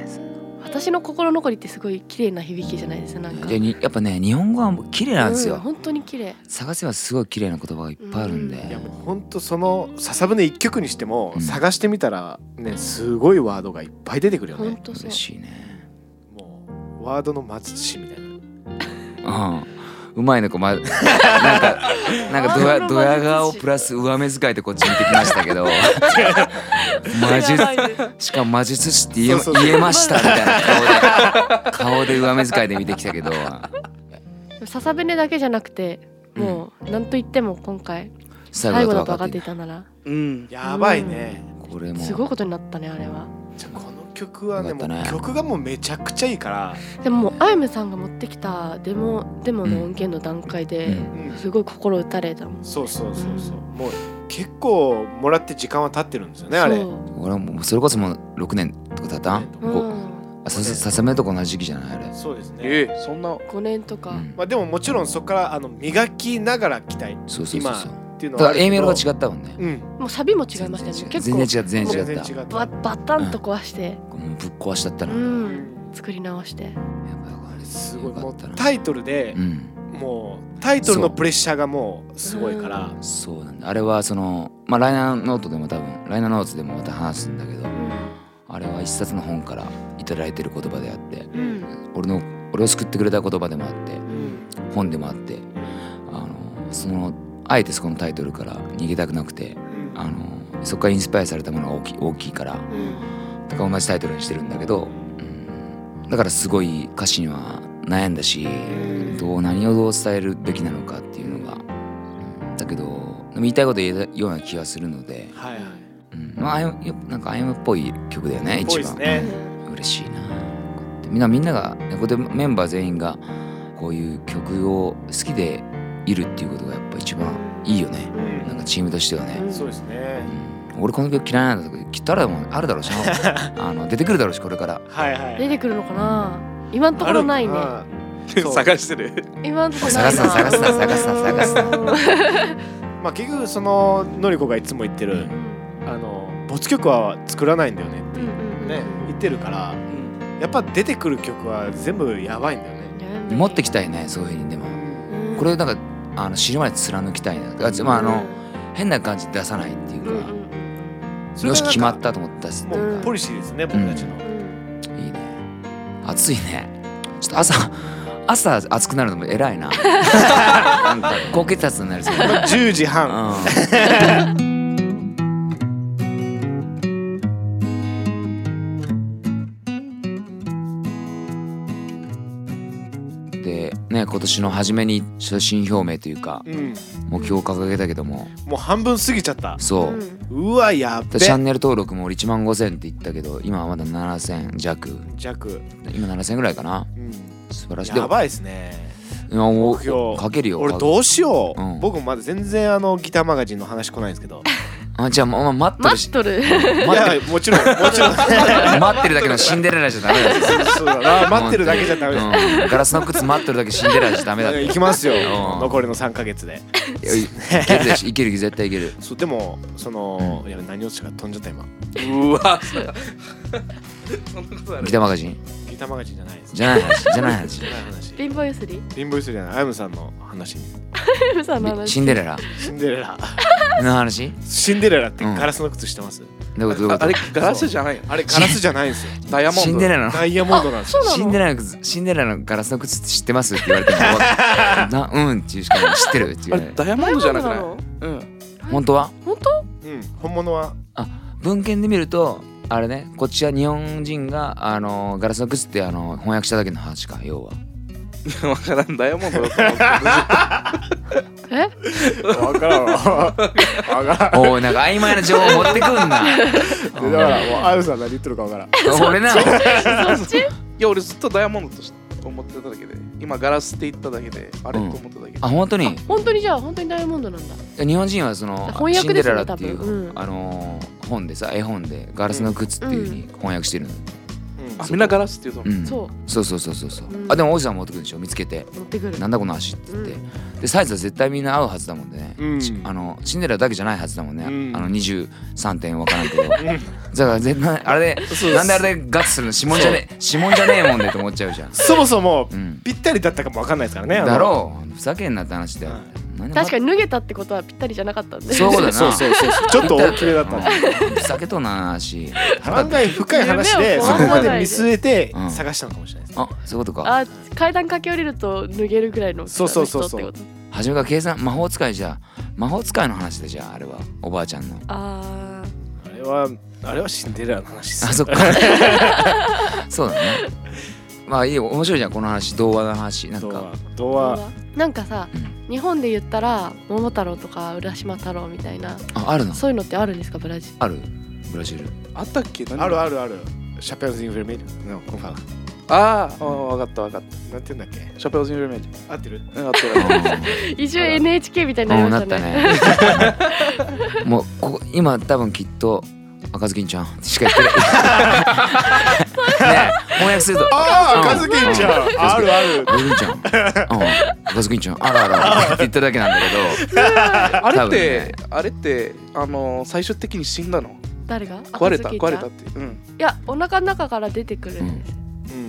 [SPEAKER 4] 私の心残りってすごい綺麗な響きじゃないですかなんか
[SPEAKER 2] でにやっぱね日本語は綺麗なんです
[SPEAKER 4] う
[SPEAKER 2] よ、
[SPEAKER 4] 本当に綺麗
[SPEAKER 2] 探せばすごい綺麗な言葉がいっぱいあるんで、
[SPEAKER 4] う
[SPEAKER 3] いやもうほんとその笹舟一曲にしても
[SPEAKER 2] うん
[SPEAKER 3] 探してみたらねすごいワードがいっぱい出てくるよ
[SPEAKER 4] 本
[SPEAKER 3] ね
[SPEAKER 4] 当そう
[SPEAKER 2] 嬉しいね
[SPEAKER 3] もうワードの松寿司みたいな
[SPEAKER 2] うんうまいねこまなんかなんかド
[SPEAKER 4] あー
[SPEAKER 2] ヤ
[SPEAKER 4] ロマンチック
[SPEAKER 2] ドヤ顔プラス上目遣いでこっち見てきましたけど魔術
[SPEAKER 4] やばいです
[SPEAKER 2] しかも魔術師って言え
[SPEAKER 3] そうそうそう
[SPEAKER 2] 言えましたみたいな顔で顔で上目遣いで見てきたけど
[SPEAKER 4] 笹舟だけじゃなくてもう何と言っても今回
[SPEAKER 2] 最
[SPEAKER 4] 最
[SPEAKER 2] 後
[SPEAKER 4] 後
[SPEAKER 2] だ
[SPEAKER 4] だ
[SPEAKER 2] と分
[SPEAKER 4] と分
[SPEAKER 2] か
[SPEAKER 4] か
[SPEAKER 2] っ
[SPEAKER 4] ってて
[SPEAKER 2] い
[SPEAKER 4] い
[SPEAKER 2] た
[SPEAKER 4] たなら
[SPEAKER 1] うん
[SPEAKER 3] やばいね
[SPEAKER 2] これも
[SPEAKER 4] すごいことになったねあれは
[SPEAKER 3] じゃあこの曲はね
[SPEAKER 2] よかったね
[SPEAKER 3] もう曲がもうめちゃくちゃいいから
[SPEAKER 4] でももうあゆむさんが持ってきたデモデモの音源の段階
[SPEAKER 2] う
[SPEAKER 4] で
[SPEAKER 2] ん
[SPEAKER 4] すごい心打たれたもん
[SPEAKER 3] そうそうそうそうもう結構もらって時間は経ってるんですよねあれ
[SPEAKER 4] そう
[SPEAKER 2] 俺はもうそれこそもう6年とか経ったん
[SPEAKER 3] ね
[SPEAKER 4] う
[SPEAKER 2] こ
[SPEAKER 4] ん
[SPEAKER 2] あささささめとこ同じ時期じゃないあれ
[SPEAKER 3] そうですね
[SPEAKER 1] ええそんな
[SPEAKER 4] 5年と
[SPEAKER 2] う
[SPEAKER 4] か
[SPEAKER 2] ん
[SPEAKER 3] まあでももちろんそこからあの磨きながら来たいっ
[SPEAKER 2] そうそうそうそう
[SPEAKER 3] ていうの
[SPEAKER 2] た
[SPEAKER 3] はあ
[SPEAKER 2] だ
[SPEAKER 3] るけど
[SPEAKER 2] A メロが違ったもんね
[SPEAKER 3] うん
[SPEAKER 4] もうサビも違いましたよね結
[SPEAKER 2] 全然
[SPEAKER 4] 構
[SPEAKER 2] 違った全然違
[SPEAKER 3] 全
[SPEAKER 2] った
[SPEAKER 3] 然違った
[SPEAKER 4] ババタンと壊して
[SPEAKER 2] もうぶっ壊しちゃった
[SPEAKER 4] う
[SPEAKER 2] な、やっ
[SPEAKER 4] ん作り直して
[SPEAKER 2] ぱあれ
[SPEAKER 3] す
[SPEAKER 2] すご
[SPEAKER 3] ごい
[SPEAKER 2] か
[SPEAKER 3] も
[SPEAKER 2] っ
[SPEAKER 3] う
[SPEAKER 2] たな
[SPEAKER 3] タイトルで
[SPEAKER 2] うん
[SPEAKER 3] もうタイトルのプレッシャーがもうすごいから
[SPEAKER 2] そうなんだあれはそのまあライナーノートでも多分ライナーノートでもまた話すんだけどあれは一冊の本からいただいてる言葉であって
[SPEAKER 4] うん
[SPEAKER 2] 俺の俺を救ってくれた言葉でもあって
[SPEAKER 4] うん
[SPEAKER 2] 本でもあってあのそのあえてそこのタイトルから逃げたくなくてあのそこからインスパイアされたものが大きい大きいから
[SPEAKER 4] うん
[SPEAKER 2] だから同じタイトルにしてるんだけど、うん、だからすごい歌詞には悩んだしどう何をどう伝えるべきなのかっていうのが、うんだけどでも言いたいこと言えたような気がするので、
[SPEAKER 3] はいはい
[SPEAKER 2] うん、まああややっぱなんかあやむっぽい曲だよね一
[SPEAKER 3] ぽいです
[SPEAKER 2] 番。
[SPEAKER 3] ね
[SPEAKER 2] うん嬉しいなでみんなみんながここでメンバー全員がこういう曲を好きでいるっていうことがやっぱ一番いいよね
[SPEAKER 3] うん
[SPEAKER 2] なんかチームとしてはね、
[SPEAKER 3] そうですね
[SPEAKER 2] うん俺この曲嫌いなんだとかきっとあるだもんあるだろうしな あの出てくるだろうしこれから
[SPEAKER 3] はいはい
[SPEAKER 4] 出てくるのかな今んところないね
[SPEAKER 3] あるか なそう
[SPEAKER 1] 探して る
[SPEAKER 4] 今んところな
[SPEAKER 2] 探
[SPEAKER 4] い
[SPEAKER 2] すな探すな探すな探すな
[SPEAKER 3] まあ結局そののりこがいつも言ってるあの没曲は作らないんだよね
[SPEAKER 4] うんうん
[SPEAKER 3] ね言ってるから
[SPEAKER 1] うん
[SPEAKER 3] やっぱ出てくる曲は全部やばいんだよね
[SPEAKER 2] 持ってき
[SPEAKER 4] た
[SPEAKER 2] たいねそういうふうにでもこれをなんかあの死ぬまで貫きたいなあつまああの変な感じで出さないっていうか、
[SPEAKER 3] それ
[SPEAKER 2] よ
[SPEAKER 3] が
[SPEAKER 2] し
[SPEAKER 3] なんか
[SPEAKER 2] 決まったと思ったし
[SPEAKER 3] もうポリシーですね僕たちの
[SPEAKER 2] いいね暑いねちょっと朝朝暑くなるのも偉い ななんか高血圧になりそうだ
[SPEAKER 3] 10時半
[SPEAKER 2] な、うん でね、今年の初めに所信表明というか
[SPEAKER 3] うん
[SPEAKER 2] 目標を掲げたけども
[SPEAKER 3] もう半分過ぎちゃった
[SPEAKER 2] そう、
[SPEAKER 3] うわやっ
[SPEAKER 2] でチャン
[SPEAKER 3] べ
[SPEAKER 2] ネル登録も俺1万5000って言ったけど今はまだ7000弱
[SPEAKER 3] 弱
[SPEAKER 2] 今7000ぐらいかな
[SPEAKER 3] うん
[SPEAKER 2] 素晴らしいで
[SPEAKER 3] や
[SPEAKER 2] も
[SPEAKER 3] ばいですね
[SPEAKER 2] いやお
[SPEAKER 3] 目標
[SPEAKER 2] おかけるよ
[SPEAKER 3] 俺
[SPEAKER 2] う
[SPEAKER 3] どうしよう、
[SPEAKER 2] うん
[SPEAKER 3] 僕もまだ全然あのギターマガジンの話来ないんですけど
[SPEAKER 2] うあじゃあまあ待ってる
[SPEAKER 4] 待っ
[SPEAKER 2] し
[SPEAKER 4] と
[SPEAKER 3] い
[SPEAKER 4] る
[SPEAKER 2] 待っ て
[SPEAKER 3] やもちろんもちろ ん
[SPEAKER 2] る待ってるだけのシンデレラじゃダメだよ
[SPEAKER 3] そうだな待ってるだけじゃダメだ
[SPEAKER 2] うんガラスの靴待ってるだけシンデレラじゃダメだってい
[SPEAKER 3] 行きますよ
[SPEAKER 2] うん
[SPEAKER 3] 残りの3か月で
[SPEAKER 2] やいけるでしょいける絶対いける
[SPEAKER 3] そうでもそのいや何落ちたか飛んじゃった今
[SPEAKER 1] うわそんなことある
[SPEAKER 2] ギターマガジン
[SPEAKER 3] ギターマガジンじゃないです
[SPEAKER 2] じゃない話じゃない 話
[SPEAKER 3] じゃない話
[SPEAKER 4] 貧乏ゆすり
[SPEAKER 3] リンボイスじゃないあやむさんの話
[SPEAKER 4] 嘘の 話
[SPEAKER 2] シンデレラ
[SPEAKER 3] シンデレラ
[SPEAKER 2] の話
[SPEAKER 3] シンデレラって
[SPEAKER 2] うん
[SPEAKER 3] ガラスの靴してます
[SPEAKER 2] どういうことどういう
[SPEAKER 1] あ
[SPEAKER 2] こ
[SPEAKER 1] あれ
[SPEAKER 2] と
[SPEAKER 1] ガラスじゃないよ
[SPEAKER 3] あれガラスじゃないんです よ
[SPEAKER 1] ダイヤモンド
[SPEAKER 2] シンデレラの
[SPEAKER 3] ダイヤモンドなんですよ
[SPEAKER 4] そうなの
[SPEAKER 2] シンデレラの靴シンデレラのガラスの靴って知ってますって言われてもわ かんないなうんっていうしかない知ってるってい
[SPEAKER 1] あ
[SPEAKER 2] う
[SPEAKER 1] れ
[SPEAKER 2] ね
[SPEAKER 1] ダイヤモンドじゃなくない
[SPEAKER 4] ダイヤモン
[SPEAKER 1] うん
[SPEAKER 2] 本当は
[SPEAKER 4] 本当
[SPEAKER 3] うん本物は
[SPEAKER 2] 文献で見るとあれねこっちは日本人があのガラスの靴ってあの翻訳しただけの話か要は
[SPEAKER 1] 分からんダイ ヤモンドだ
[SPEAKER 4] え
[SPEAKER 3] 分からんわ分からん
[SPEAKER 2] おいなんか曖昧な情報持ってく んな
[SPEAKER 3] でだからもうあやむさん何言ってるか分からん
[SPEAKER 2] 俺な
[SPEAKER 1] そっちいや俺ずっとダイヤモンドとし思ってただけで今ガラスって言っただけであれと
[SPEAKER 2] うん
[SPEAKER 1] 思っただけで
[SPEAKER 2] あ本当に
[SPEAKER 4] 本当にじゃあ本当にダイヤモンドなんだ
[SPEAKER 2] 日本人はその
[SPEAKER 4] 翻
[SPEAKER 2] シンデ
[SPEAKER 4] 訳です
[SPEAKER 2] レ
[SPEAKER 4] ね
[SPEAKER 2] ラっていう、
[SPEAKER 4] 多分うん
[SPEAKER 2] あのー本でさ絵本でガラスの靴っていうふうに翻訳してるの、
[SPEAKER 1] あみんなガラスって言うと
[SPEAKER 2] うん
[SPEAKER 4] そ
[SPEAKER 2] そうそうそうそうそう、
[SPEAKER 4] うん
[SPEAKER 2] あでも王子さん持ってくるでしょ見つけて
[SPEAKER 4] う持ってくる
[SPEAKER 2] なんだこの足って言って、でサイズは絶対みんな合うはずだもんね、
[SPEAKER 3] うん
[SPEAKER 2] ちあのシンデレラだけじゃないはずだもんね、
[SPEAKER 3] うん
[SPEAKER 2] あの23点分からんけど、 だから絶対あれでなんであれでガッツするの指紋じゃねえ指紋じゃねえもんでと思っちゃうじゃん、
[SPEAKER 3] そもそも
[SPEAKER 2] うん、
[SPEAKER 3] ぴったりだったかも分かんないですからねあの
[SPEAKER 2] だろうふざけんなって話だよ、何
[SPEAKER 4] 確かに脱げたってことはぴったりじゃなかったんで
[SPEAKER 2] そういうことだな
[SPEAKER 3] そうそうそうそうちょっと大きめだったんで
[SPEAKER 2] うんふざけとんな足
[SPEAKER 3] 案外深い話で
[SPEAKER 4] 夢を
[SPEAKER 3] そこ
[SPEAKER 4] 壊さない
[SPEAKER 3] まで見据えて
[SPEAKER 2] うん
[SPEAKER 3] 探したのかもしれないです
[SPEAKER 2] あそういうことか
[SPEAKER 4] あ階段駆け下りると脱げるぐらいの大きさの人
[SPEAKER 3] そうそうそうそう
[SPEAKER 4] ってこと
[SPEAKER 2] 初めから計算魔法使いじゃ魔法使いの話でじゃああれはおばあちゃんの
[SPEAKER 4] あ
[SPEAKER 3] あれはあれはシンデレラの話です
[SPEAKER 2] あそっか そうだねまあいいよ面白いじゃんこの話童話の話なん
[SPEAKER 3] 童話
[SPEAKER 2] か
[SPEAKER 3] 童
[SPEAKER 4] あ
[SPEAKER 3] 話
[SPEAKER 4] なんかさ
[SPEAKER 2] うん
[SPEAKER 4] 日本で言ったら桃太郎とか浦島太郎みたいな
[SPEAKER 2] ああるの
[SPEAKER 4] そういうのってあるんですかブラジル
[SPEAKER 2] あるブラジル
[SPEAKER 1] あったっけ何
[SPEAKER 3] あるあるあるシャペルズ・インフレメールのコンファー
[SPEAKER 1] あーあ分かった分かっ
[SPEAKER 3] なんて言うんだっけ
[SPEAKER 1] たシャペルズ・インフルメージ
[SPEAKER 3] 合ってる
[SPEAKER 1] うんあったよ
[SPEAKER 4] 一瞬 NHK みたいになり
[SPEAKER 2] もう
[SPEAKER 4] ま
[SPEAKER 2] な
[SPEAKER 4] し
[SPEAKER 2] ったた
[SPEAKER 4] ね
[SPEAKER 2] ねもうここ今多分きっと赤ずきんちゃんってしか言って ないねえ翻訳すると
[SPEAKER 3] あ
[SPEAKER 2] うん
[SPEAKER 3] あカズキン ちゃん
[SPEAKER 2] うん
[SPEAKER 3] あるある
[SPEAKER 2] 赤ずきんちゃんうん赤ずきんちゃんあらあらあらって言っただけなんだけど
[SPEAKER 1] あれ
[SPEAKER 2] 多
[SPEAKER 1] っ
[SPEAKER 2] 分
[SPEAKER 1] て、
[SPEAKER 2] ね
[SPEAKER 1] あれってあのー最終的に死んだの
[SPEAKER 4] 誰が
[SPEAKER 1] 壊れた
[SPEAKER 4] 赤ずきんちゃん
[SPEAKER 1] 壊れたってうん
[SPEAKER 4] いやお腹の中から出てくるんです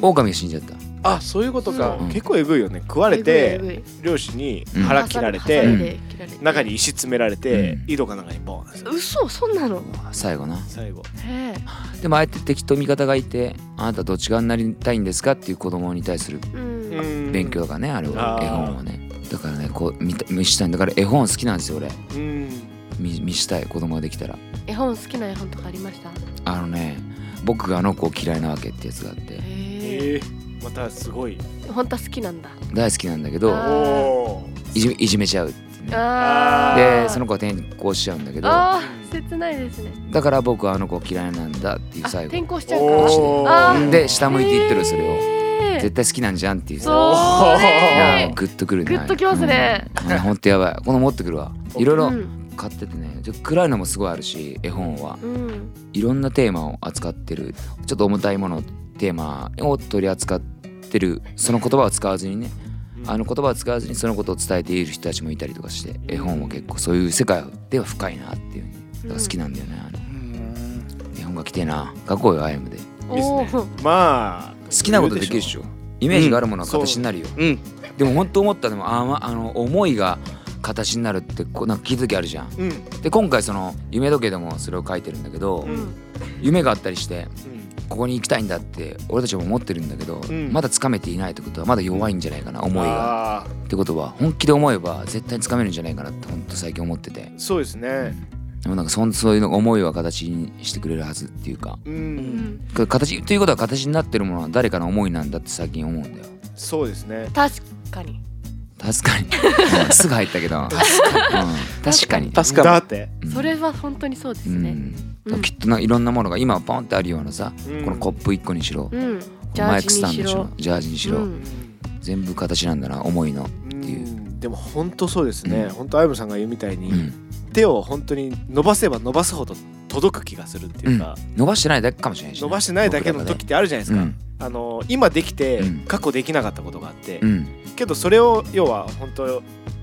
[SPEAKER 2] 狼が死んじゃった
[SPEAKER 1] あそういうことか、
[SPEAKER 2] うん
[SPEAKER 3] 結構えぐいよね食われ
[SPEAKER 4] えぐい
[SPEAKER 3] て
[SPEAKER 4] えぐい
[SPEAKER 3] 漁師に
[SPEAKER 2] うん
[SPEAKER 3] 腹切られ
[SPEAKER 4] 挟
[SPEAKER 2] う
[SPEAKER 4] み
[SPEAKER 2] ん
[SPEAKER 3] て
[SPEAKER 4] で切られて
[SPEAKER 3] 中に石詰められて
[SPEAKER 2] うん
[SPEAKER 3] 井戸かなんかにボーンです
[SPEAKER 4] 嘘そんな
[SPEAKER 2] う
[SPEAKER 4] の
[SPEAKER 2] わ最後な
[SPEAKER 3] 最後
[SPEAKER 4] へえ
[SPEAKER 2] でもあえて敵と味方がいてあなたどっち側になりたいんですかっていう子供に対する
[SPEAKER 4] うん
[SPEAKER 2] 勉強だからねあれは
[SPEAKER 3] あー
[SPEAKER 2] 絵本はねだからねこう見た見したいだから絵本好きなんですよ俺
[SPEAKER 3] うん
[SPEAKER 2] 見見したい子供ができたら
[SPEAKER 4] 絵本好きな絵本とかありましたへ
[SPEAKER 2] あのね僕があの子を嫌いなわけってやつがあって
[SPEAKER 3] え
[SPEAKER 4] え
[SPEAKER 3] ーまたすごい
[SPEAKER 4] 本当は好きなんだ
[SPEAKER 2] 大好きなんだけど
[SPEAKER 4] あー
[SPEAKER 3] お
[SPEAKER 2] いじめいじめちゃうってね
[SPEAKER 4] あー
[SPEAKER 2] でその子は転校しちゃうんだけど
[SPEAKER 4] あー切ないですね
[SPEAKER 2] だから僕はあの子を嫌いなんだっていう
[SPEAKER 4] あ
[SPEAKER 2] 最
[SPEAKER 4] 転
[SPEAKER 2] 後
[SPEAKER 4] 校しちゃうから
[SPEAKER 3] お
[SPEAKER 4] あ
[SPEAKER 3] ー
[SPEAKER 4] ー
[SPEAKER 2] で下向いていってるそれを
[SPEAKER 4] を
[SPEAKER 2] 絶対好きなんじゃんっていう
[SPEAKER 4] そ
[SPEAKER 3] お
[SPEAKER 2] いや
[SPEAKER 4] れ
[SPEAKER 2] グッとくるね
[SPEAKER 4] グッときますね
[SPEAKER 2] うんうんほんとやばいこの持ってくるわいろいろ
[SPEAKER 4] うん
[SPEAKER 2] 買っててねちょっと暗いのもすごいあるし絵本は
[SPEAKER 4] うん
[SPEAKER 2] いろんなテーマを扱ってるちょっと重たいものテーマを取り扱ってるその言葉を使わずにねあの言葉を使わずにそのことを伝えている人たちもいたりとかして絵本は結構そういう世界では深いなっていうねだから好きなんだよねあれ
[SPEAKER 1] うん
[SPEAKER 2] 絵本が来てえな学校よアイムで好
[SPEAKER 3] いいっす
[SPEAKER 4] お
[SPEAKER 3] ね
[SPEAKER 4] ー
[SPEAKER 3] まあ
[SPEAKER 2] きなことできるでしょイメージがあるものは
[SPEAKER 3] うん
[SPEAKER 2] 形になるよ、
[SPEAKER 1] うん
[SPEAKER 2] でも本当思ったのもあ、まあの思いが形になるってこうなんか聞いた時あるじゃん
[SPEAKER 3] うんうん
[SPEAKER 2] で今回その夢時計でもそれを書いてるんだけど、
[SPEAKER 4] うん
[SPEAKER 2] 夢があったりしてここに行きたいんだって俺たちも思ってるんだけど、
[SPEAKER 3] うん
[SPEAKER 2] まだ掴めていないってことはまだ弱いんじゃないかな思いが。
[SPEAKER 3] あ
[SPEAKER 2] ってことは本気で思えば絶対に掴めるんじゃないかなってほんと最近思ってて
[SPEAKER 3] ーそうですね
[SPEAKER 2] でもなんかそんそういうの思いは形にしてくれるはずっていうか
[SPEAKER 3] うん、
[SPEAKER 4] う
[SPEAKER 1] うん
[SPEAKER 4] ん
[SPEAKER 2] か形ということは形になってるものは誰かの思いなんだって最近思うんだよ。
[SPEAKER 3] そうですね
[SPEAKER 4] 確かに
[SPEAKER 2] 確か に、うんすぐ入ったけど確かに,、うん、確かに
[SPEAKER 1] 確か
[SPEAKER 3] だ
[SPEAKER 1] に
[SPEAKER 3] って、
[SPEAKER 2] うん
[SPEAKER 4] それは本当にそうです
[SPEAKER 2] う
[SPEAKER 4] ね
[SPEAKER 2] ん
[SPEAKER 4] うん
[SPEAKER 2] きっとないろんなものが今ポンってあるようなさ、
[SPEAKER 3] うん
[SPEAKER 2] このコップ1個にしろ、
[SPEAKER 4] うんジャ
[SPEAKER 2] マ
[SPEAKER 4] ー
[SPEAKER 2] イクス
[SPEAKER 4] ジ
[SPEAKER 2] タ
[SPEAKER 4] に
[SPEAKER 2] ンドに
[SPEAKER 4] し
[SPEAKER 2] しろ
[SPEAKER 4] ろ
[SPEAKER 2] ジャージにしろ、
[SPEAKER 4] うん
[SPEAKER 2] 全部形なんだな思いの。
[SPEAKER 3] うん
[SPEAKER 2] っていう
[SPEAKER 3] でも本当そうですね、
[SPEAKER 2] うん
[SPEAKER 3] 本当アイムさんが言うみたいに、
[SPEAKER 2] うん
[SPEAKER 3] 手を本当に伸ばせば伸ばすほど届く気がするっていうか、
[SPEAKER 2] 伸ばしてないだけかもしれないしね
[SPEAKER 3] 伸ばしてないだけの時ってあるじゃないです
[SPEAKER 2] 僕
[SPEAKER 3] か、
[SPEAKER 2] らがね
[SPEAKER 3] あの今できて
[SPEAKER 2] うん
[SPEAKER 3] 過去できなかったことがあって、
[SPEAKER 2] うんうん
[SPEAKER 3] けどそれを要は本当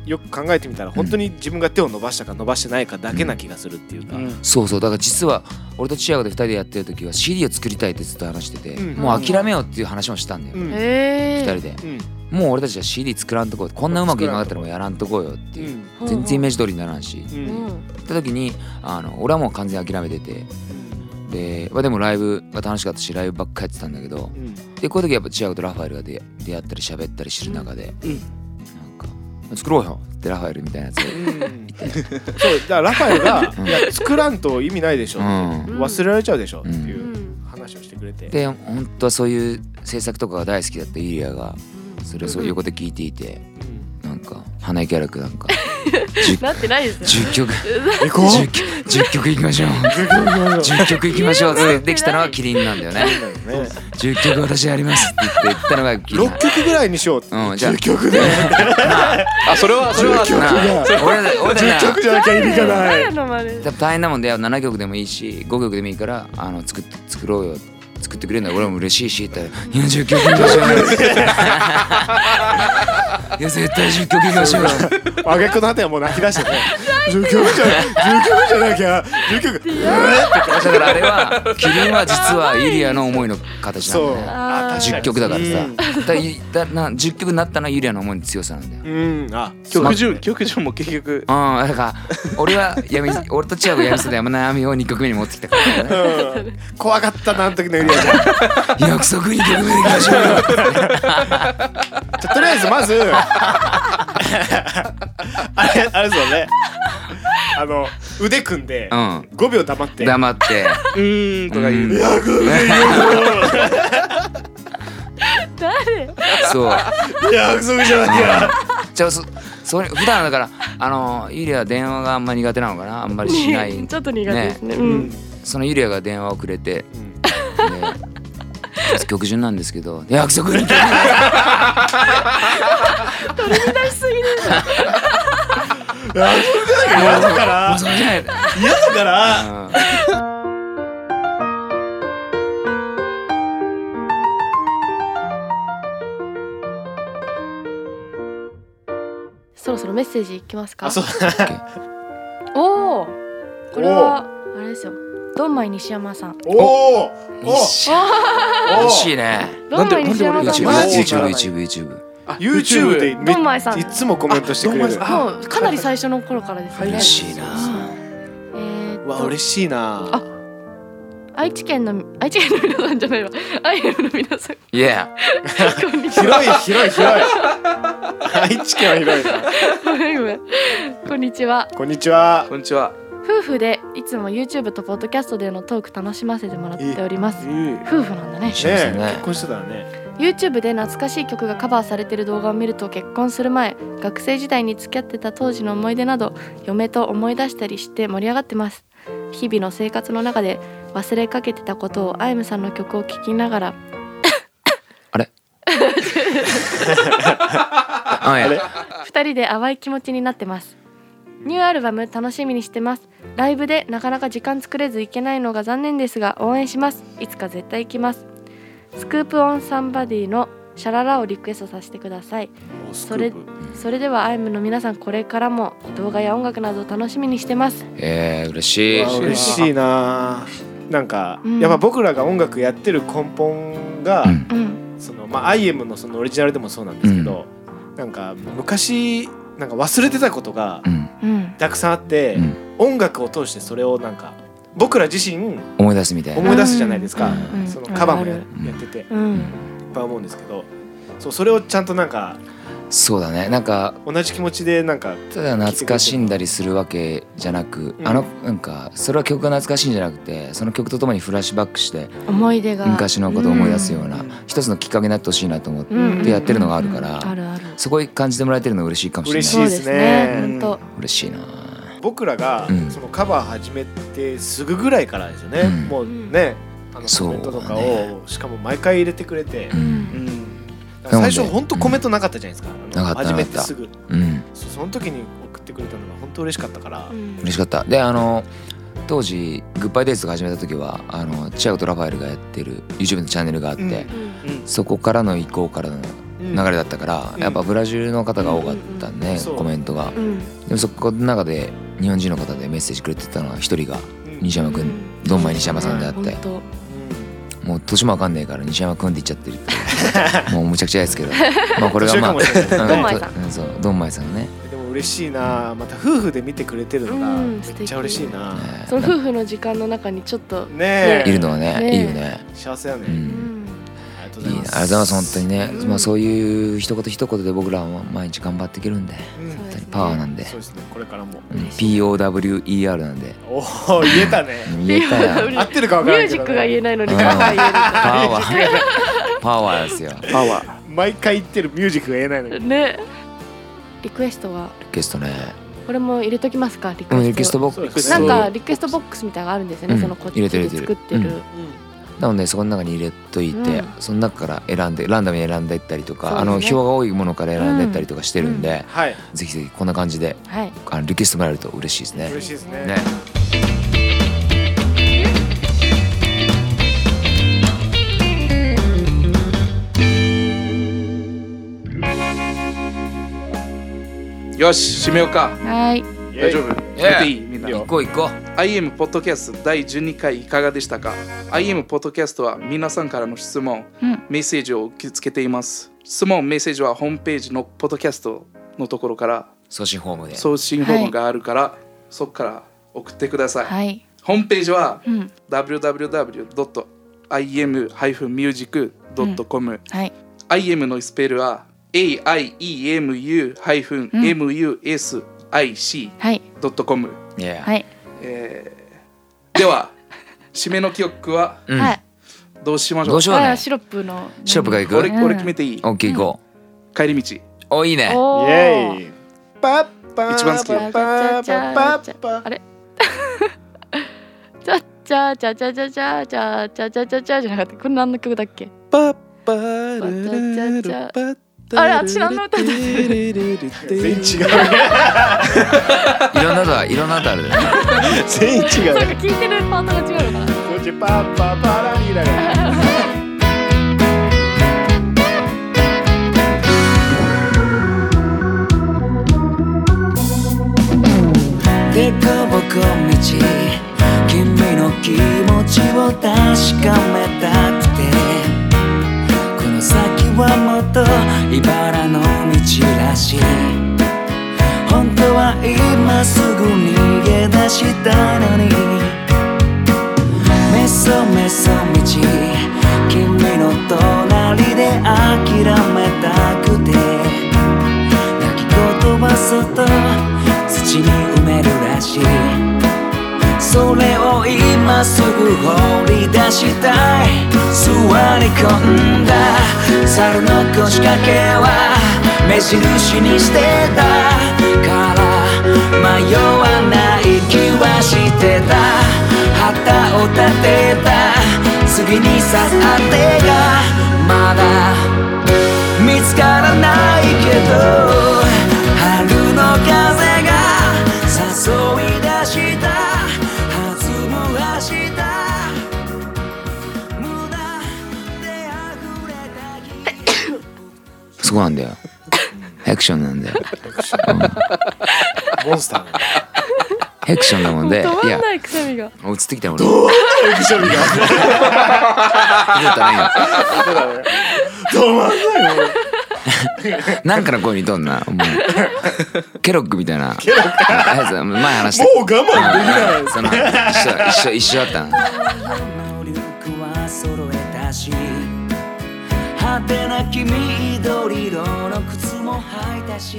[SPEAKER 3] よく考えてみたら本当に自分が手を伸ばしたか伸ばしてないかだけな気がするっていうか、
[SPEAKER 1] うん
[SPEAKER 2] そうそうだから実は俺とチアゴで2人でやってる時は CD を作りたいってずっと話してて、
[SPEAKER 3] うん
[SPEAKER 2] もう諦めようっていう話もしたんだよ、
[SPEAKER 3] うん
[SPEAKER 4] え
[SPEAKER 2] 2
[SPEAKER 4] え
[SPEAKER 2] 人でもう俺たちは CD 作らんとこうこんなうまくいかなかったらもうやらんとこうよっていう、
[SPEAKER 4] うん
[SPEAKER 2] 全然イメージ通りにならんし、
[SPEAKER 3] うんう
[SPEAKER 4] うんん
[SPEAKER 2] った時にあの俺はもう完全に諦めててで、まあ、でもライブが楽しかったしライブばっかやってたんだけど
[SPEAKER 3] うん
[SPEAKER 2] でこういう時やっぱチアゴとラファエルが出出会ったり喋ったりしてる中で、
[SPEAKER 1] うん
[SPEAKER 2] なんか「作ろうよ」ってラファエルみたいなやつが
[SPEAKER 3] うんそうだからラファエルが
[SPEAKER 2] うん
[SPEAKER 3] 「いや作らんと意味ないでしょ」
[SPEAKER 2] うん
[SPEAKER 3] 忘れられちゃうでしょ」って
[SPEAKER 4] う
[SPEAKER 3] いうん話をしてくれて。
[SPEAKER 2] で本当はそういう制作とかが大好きだったイリアがそれをそう横で聞いていてなんか花キャラクなんか 10,
[SPEAKER 4] なってないですよ
[SPEAKER 2] 10曲
[SPEAKER 3] 行こ
[SPEAKER 2] 10曲10曲いきましょう10曲いきまし ょうってできたのがキリンなんだよね10曲私やりますって言って言ったの がキリン
[SPEAKER 3] 6曲ぐらいにしようって
[SPEAKER 2] うんじゃあ
[SPEAKER 3] 10曲で
[SPEAKER 1] あそれはそれは
[SPEAKER 3] 10曲
[SPEAKER 2] なあ
[SPEAKER 3] が
[SPEAKER 2] 俺ら俺ら
[SPEAKER 3] 10曲じゃなきゃ意味がない
[SPEAKER 4] 誰のまで
[SPEAKER 2] 多分大変なもんで7曲でもいいし5曲でもいいからあの作って作ろうよ作ってくれるのは俺も嬉しいしって言ったら「いや10曲いきましょうよ」いや絶対10曲いきましょうよ」
[SPEAKER 3] あげくの果てはもう泣き出してね10曲じゃ10曲じゃなきゃ10曲
[SPEAKER 2] だからあれはキリンは実はイリアの思いの形なんだよね
[SPEAKER 4] あー
[SPEAKER 2] 10曲だからさ
[SPEAKER 3] うん
[SPEAKER 2] だからいだな10曲になったのはユリアの思いの強さなんだよ
[SPEAKER 3] うんあ
[SPEAKER 1] 曲順曲順も結局
[SPEAKER 2] うんだから俺はやみ俺と千秋がやみそうで山悩みを2曲目に持ってきたからね
[SPEAKER 3] うん怖かったなあの時のエリアじゃんじ
[SPEAKER 2] 約束に曲目でいきましょうよ
[SPEAKER 3] ゃとりあえずまずあれあれですよねあの腕組んで
[SPEAKER 2] うん
[SPEAKER 3] 5秒黙って
[SPEAKER 2] 黙って
[SPEAKER 1] うーんとか言う
[SPEAKER 4] 誰
[SPEAKER 2] そう
[SPEAKER 3] 約束じゃなきゃ
[SPEAKER 2] じゃあそそれ普段だからあのユリアは電話があんま苦手なのかなあんまりしない
[SPEAKER 4] ちょっと苦手ですねうん
[SPEAKER 2] そのユリアが電話をくれてで曲順なんですけど約束に
[SPEAKER 4] 出しすぎです
[SPEAKER 3] 嫌だから
[SPEAKER 2] それじゃない
[SPEAKER 3] 嫌だから
[SPEAKER 4] そろそろメッセージいきますか
[SPEAKER 3] あそう
[SPEAKER 4] おおこれはあれですよドンマイ西山さん
[SPEAKER 3] おおお
[SPEAKER 2] よし
[SPEAKER 3] お
[SPEAKER 2] 嬉しいね
[SPEAKER 4] ドンマイ西山さん
[SPEAKER 2] YouTube
[SPEAKER 4] も
[SPEAKER 3] マジ
[SPEAKER 2] YouTube YouTube YouTube
[SPEAKER 1] あ
[SPEAKER 3] YouTube でめ
[SPEAKER 4] ドンマイさん
[SPEAKER 3] いつもコメントしてくれ
[SPEAKER 1] あドン
[SPEAKER 3] る
[SPEAKER 1] マイさ
[SPEAKER 4] もうかなり最初の頃からですよね
[SPEAKER 2] 嬉しいな
[SPEAKER 4] えーっ
[SPEAKER 3] わ
[SPEAKER 4] と
[SPEAKER 3] 嬉しいな
[SPEAKER 4] あ愛知県の愛知県の皆さんじゃないわアイエムの皆さん
[SPEAKER 2] Yeah
[SPEAKER 4] こんにちは
[SPEAKER 3] 広い広い広い愛知県は広いな
[SPEAKER 4] ごめんごめんこんにちは
[SPEAKER 3] こんにちは
[SPEAKER 1] こんにちは
[SPEAKER 4] 夫婦でいつも YouTube とポッドキャストでのトーク楽しませてもらっております
[SPEAKER 3] ね
[SPEAKER 4] 夫婦なんだね
[SPEAKER 2] しま
[SPEAKER 3] え
[SPEAKER 2] すね
[SPEAKER 3] 結婚してたらね
[SPEAKER 4] YouTube で懐かしい曲がカバーされてる動画を見ると結婚する前学生時代に付き合ってた当時の思い出など嫁と思い出したりして盛り上がってます日々の生活の中で忘れかけてたことをアイムさんの曲を聴きながら
[SPEAKER 2] あれあいや
[SPEAKER 4] 二人で淡い気持ちになってますニューアルバム楽しみにしてますライブでなかなか時間作れず行けないのが残念ですが応援しますいつか絶対行きますスクープオンサンバディのシャララをリクエストさせてくださいそれそれではアイムの皆さんこれからも動画や音楽などを楽しみにしてます
[SPEAKER 2] えー嬉しい
[SPEAKER 3] わあ嬉しいななんか
[SPEAKER 4] うん
[SPEAKER 3] やっぱ僕らが音楽やってる根本が
[SPEAKER 2] うん
[SPEAKER 4] うん
[SPEAKER 3] そのまあ IM のそのオリジナルでもそうなんですけどなんか昔なんか忘れてたことが
[SPEAKER 2] うん
[SPEAKER 4] うん
[SPEAKER 3] たくさんあって
[SPEAKER 2] うん
[SPEAKER 3] 音楽を通してそれをなんか僕ら自身
[SPEAKER 2] 思い出すみたいな
[SPEAKER 3] 思い出すじゃないですか
[SPEAKER 4] うん
[SPEAKER 3] そのカバーもや
[SPEAKER 4] ある
[SPEAKER 3] やってていっ
[SPEAKER 4] うん
[SPEAKER 3] ぱい思うんですけどそうそれをちゃんとなんか
[SPEAKER 2] そうだねなんか
[SPEAKER 3] 同じ気持ちでなんか
[SPEAKER 2] ただ懐かしんだりするわけじゃなく、
[SPEAKER 3] うん
[SPEAKER 2] あのなんかそれは曲が懐かしいんじゃなくてその曲とともにフラッシュバックして
[SPEAKER 4] 思い出が
[SPEAKER 2] 昔のことを思い出すような、
[SPEAKER 3] うん
[SPEAKER 2] 一つのきっかけになってほしいなと思って、
[SPEAKER 4] うん
[SPEAKER 2] でやってるのがあるから
[SPEAKER 4] うんあるある
[SPEAKER 2] そこに感じてもらえてるの嬉しいかもしれない
[SPEAKER 3] 嬉しい
[SPEAKER 4] そうですね
[SPEAKER 1] う
[SPEAKER 4] 本
[SPEAKER 1] ん
[SPEAKER 4] 当
[SPEAKER 2] 嬉しいな
[SPEAKER 3] 僕らが
[SPEAKER 2] うん
[SPEAKER 3] そのカバー始めてすぐぐらいからですよね、
[SPEAKER 2] うん
[SPEAKER 3] もうねあの
[SPEAKER 2] そう
[SPEAKER 3] コメントとかを、
[SPEAKER 2] だね
[SPEAKER 3] しかも毎回入れてくれて
[SPEAKER 2] う
[SPEAKER 4] うんん
[SPEAKER 1] うん
[SPEAKER 3] 最初
[SPEAKER 2] なので
[SPEAKER 3] 本当コメントなかったじゃないですか、あの
[SPEAKER 2] なかった
[SPEAKER 3] 始めてすぐ
[SPEAKER 2] うん
[SPEAKER 3] そそうその時に送ってくれたのが本当嬉しかったから、
[SPEAKER 4] うん
[SPEAKER 2] 嬉しかったであの当時「グッバイデイズ」が始めた時はあのチアゴとラファエルがやってる YouTube のチャンネルがあって、
[SPEAKER 3] うん
[SPEAKER 4] うん
[SPEAKER 1] うん
[SPEAKER 2] そこからの移行からの
[SPEAKER 3] うん
[SPEAKER 2] 流れだったから、
[SPEAKER 3] うん
[SPEAKER 2] やっぱブラジルの方が多かった
[SPEAKER 3] うん
[SPEAKER 2] ね、
[SPEAKER 3] そう
[SPEAKER 2] コメントが
[SPEAKER 4] うん
[SPEAKER 2] でもそこの中で日本人の方でメッセージくれてたのは一人が
[SPEAKER 3] うん
[SPEAKER 2] 西山くん、
[SPEAKER 4] う
[SPEAKER 2] どんまい西山さんであって
[SPEAKER 4] 本、当
[SPEAKER 2] もう年もわかんないから西山くんって言っちゃってる っていうもうむちゃくちゃですけどまあこれが
[SPEAKER 3] 年上
[SPEAKER 2] ま
[SPEAKER 3] か
[SPEAKER 2] あ
[SPEAKER 3] もしれない
[SPEAKER 4] どんまいさん
[SPEAKER 2] ううんそうどんまいさんね
[SPEAKER 3] でも嬉しいなまた夫婦で見てくれてるのが
[SPEAKER 4] うん
[SPEAKER 3] めっちゃ嬉しいな、
[SPEAKER 2] ね
[SPEAKER 4] その夫婦の時間の中にちょっと、
[SPEAKER 3] ねえ
[SPEAKER 2] いるのはね
[SPEAKER 4] ね
[SPEAKER 2] いいよね
[SPEAKER 3] 幸せやね、
[SPEAKER 2] う
[SPEAKER 4] うんん、
[SPEAKER 3] ありがと
[SPEAKER 2] いうい
[SPEAKER 3] ご
[SPEAKER 2] ね
[SPEAKER 3] ざい
[SPEAKER 2] ありがとうござ
[SPEAKER 3] ます
[SPEAKER 2] います本当にね、
[SPEAKER 4] うん
[SPEAKER 2] まあ、そういう一言一言で僕らは毎日頑張っていけるんで
[SPEAKER 3] うん
[SPEAKER 4] そう
[SPEAKER 2] 本当に
[SPEAKER 4] ですね
[SPEAKER 2] パワーなんで、
[SPEAKER 3] そうですねこれからも
[SPEAKER 2] うん
[SPEAKER 4] 嬉しい
[SPEAKER 2] POWER なんで
[SPEAKER 3] おお言えたね
[SPEAKER 2] うん言えたよ
[SPEAKER 4] POWER
[SPEAKER 3] 合ってるかわ
[SPEAKER 4] ミ
[SPEAKER 3] から
[SPEAKER 4] ュー
[SPEAKER 3] んけ
[SPEAKER 4] ジ
[SPEAKER 3] ど、
[SPEAKER 4] ッ
[SPEAKER 3] ね、
[SPEAKER 4] クが言えないのに
[SPEAKER 2] うん
[SPEAKER 4] パワー言え
[SPEAKER 2] パワーパワーですよ
[SPEAKER 1] パワー。
[SPEAKER 3] 毎回言ってるミュージックが言えないの
[SPEAKER 4] る
[SPEAKER 3] に
[SPEAKER 4] んだねリクエストは
[SPEAKER 2] ゲストね
[SPEAKER 4] これも入れときますかリク
[SPEAKER 2] う
[SPEAKER 4] エス
[SPEAKER 2] ん
[SPEAKER 4] ト
[SPEAKER 2] リクエストボックス
[SPEAKER 4] なん
[SPEAKER 2] な
[SPEAKER 4] か
[SPEAKER 2] ん
[SPEAKER 4] リクエストボックスみたいなのがあるんですよね、
[SPEAKER 2] うん
[SPEAKER 4] そのこっちで作って
[SPEAKER 2] 入れてる入
[SPEAKER 4] る
[SPEAKER 2] れてるのでそこの中に入れといて、
[SPEAKER 4] うん
[SPEAKER 2] その中から選んでランダムに選んでいったりとか、
[SPEAKER 4] そうです
[SPEAKER 2] あ
[SPEAKER 4] ね
[SPEAKER 2] の表が多いものから選んでいったりとかしてるんで、
[SPEAKER 3] はい
[SPEAKER 2] ぜひぜひこんな感じで
[SPEAKER 4] はい
[SPEAKER 2] あのリクエストもらえると嬉しいですね。
[SPEAKER 3] 嬉しいですね
[SPEAKER 2] ね
[SPEAKER 1] よし、締めようか。
[SPEAKER 4] はい
[SPEAKER 1] 大丈夫
[SPEAKER 2] イエイ
[SPEAKER 1] 出ていいみんな。
[SPEAKER 2] 行こう行こう
[SPEAKER 1] IM ポッドキャスト第12回いかがでしたか ?IM ポッドキャストは皆さんからの質問、
[SPEAKER 4] うん
[SPEAKER 1] メッセージを受け付けています。質問、メッセージはホームページのポッドキャストのところから
[SPEAKER 2] 送信ホームで。
[SPEAKER 1] 送信フォームがあるから、そこから送ってください。
[SPEAKER 4] はい
[SPEAKER 1] ホームページは
[SPEAKER 4] うん
[SPEAKER 1] www.im-music.com、
[SPEAKER 4] はい
[SPEAKER 1] IM のスペルは aiemu-music.com、
[SPEAKER 4] はい
[SPEAKER 2] は。
[SPEAKER 4] はいい
[SPEAKER 1] えーでは締めの曲は
[SPEAKER 2] うん
[SPEAKER 4] はい
[SPEAKER 1] どうしましょ
[SPEAKER 2] ど
[SPEAKER 1] う
[SPEAKER 2] うしよう
[SPEAKER 4] あ
[SPEAKER 2] ね。
[SPEAKER 4] シロップの
[SPEAKER 2] シロップが行く
[SPEAKER 1] 俺
[SPEAKER 4] うん
[SPEAKER 1] 俺決めていい
[SPEAKER 2] オッケー行こ
[SPEAKER 1] 帰り道
[SPEAKER 2] う。おいい ね。
[SPEAKER 4] お
[SPEAKER 3] イ
[SPEAKER 4] ー
[SPEAKER 3] エイパッパー
[SPEAKER 1] 一番好き
[SPEAKER 3] パッパーパッパーパッパー
[SPEAKER 4] チャチャチャチャチャチャチャチャチャチャチャじゃなかったこれ何の曲だっけ
[SPEAKER 1] パッパルルルパッ
[SPEAKER 4] あれ私何の歌だった
[SPEAKER 3] 全員違う
[SPEAKER 2] いろんな歌いろんな歌あるね。
[SPEAKER 3] 全員違
[SPEAKER 4] そ
[SPEAKER 3] う
[SPEAKER 4] うか聞いてるパートが違うのかな
[SPEAKER 3] こっちパッパーパラリラが
[SPEAKER 2] でこぼこ道君の気持ちを確かめたくてこの先はもっと茨の道らしい本当は今すぐ逃げ出したのにメソメソ道君の隣で諦めたくて泣き言はそっと土に埋めるらしいそれを今すぐ放り出したい座り込んだ猿の腰掛けは目印にしてたから迷わない気はしてた旗を立てた次に刺さってがまだ見つからないけど春の風が誘い出した弾む明日無駄で溢れたそうなんだよヘクションなんだよ、うん
[SPEAKER 3] モンスターが
[SPEAKER 2] ヘクションなもんで
[SPEAKER 4] 止ま
[SPEAKER 2] い
[SPEAKER 4] ん
[SPEAKER 2] や
[SPEAKER 4] ないくしゃみが
[SPEAKER 2] 映ってきたよ俺どう
[SPEAKER 3] 浮所 美が
[SPEAKER 2] ったね
[SPEAKER 3] 止まんないよ
[SPEAKER 2] 今なんかの声にとんなもうケロッグみたいなケロッグあいつ前話した
[SPEAKER 3] もう我慢できない
[SPEAKER 2] その一緒一緒一緒だったな
[SPEAKER 5] 能力は揃えたし派手な黄緑色の靴も履いたし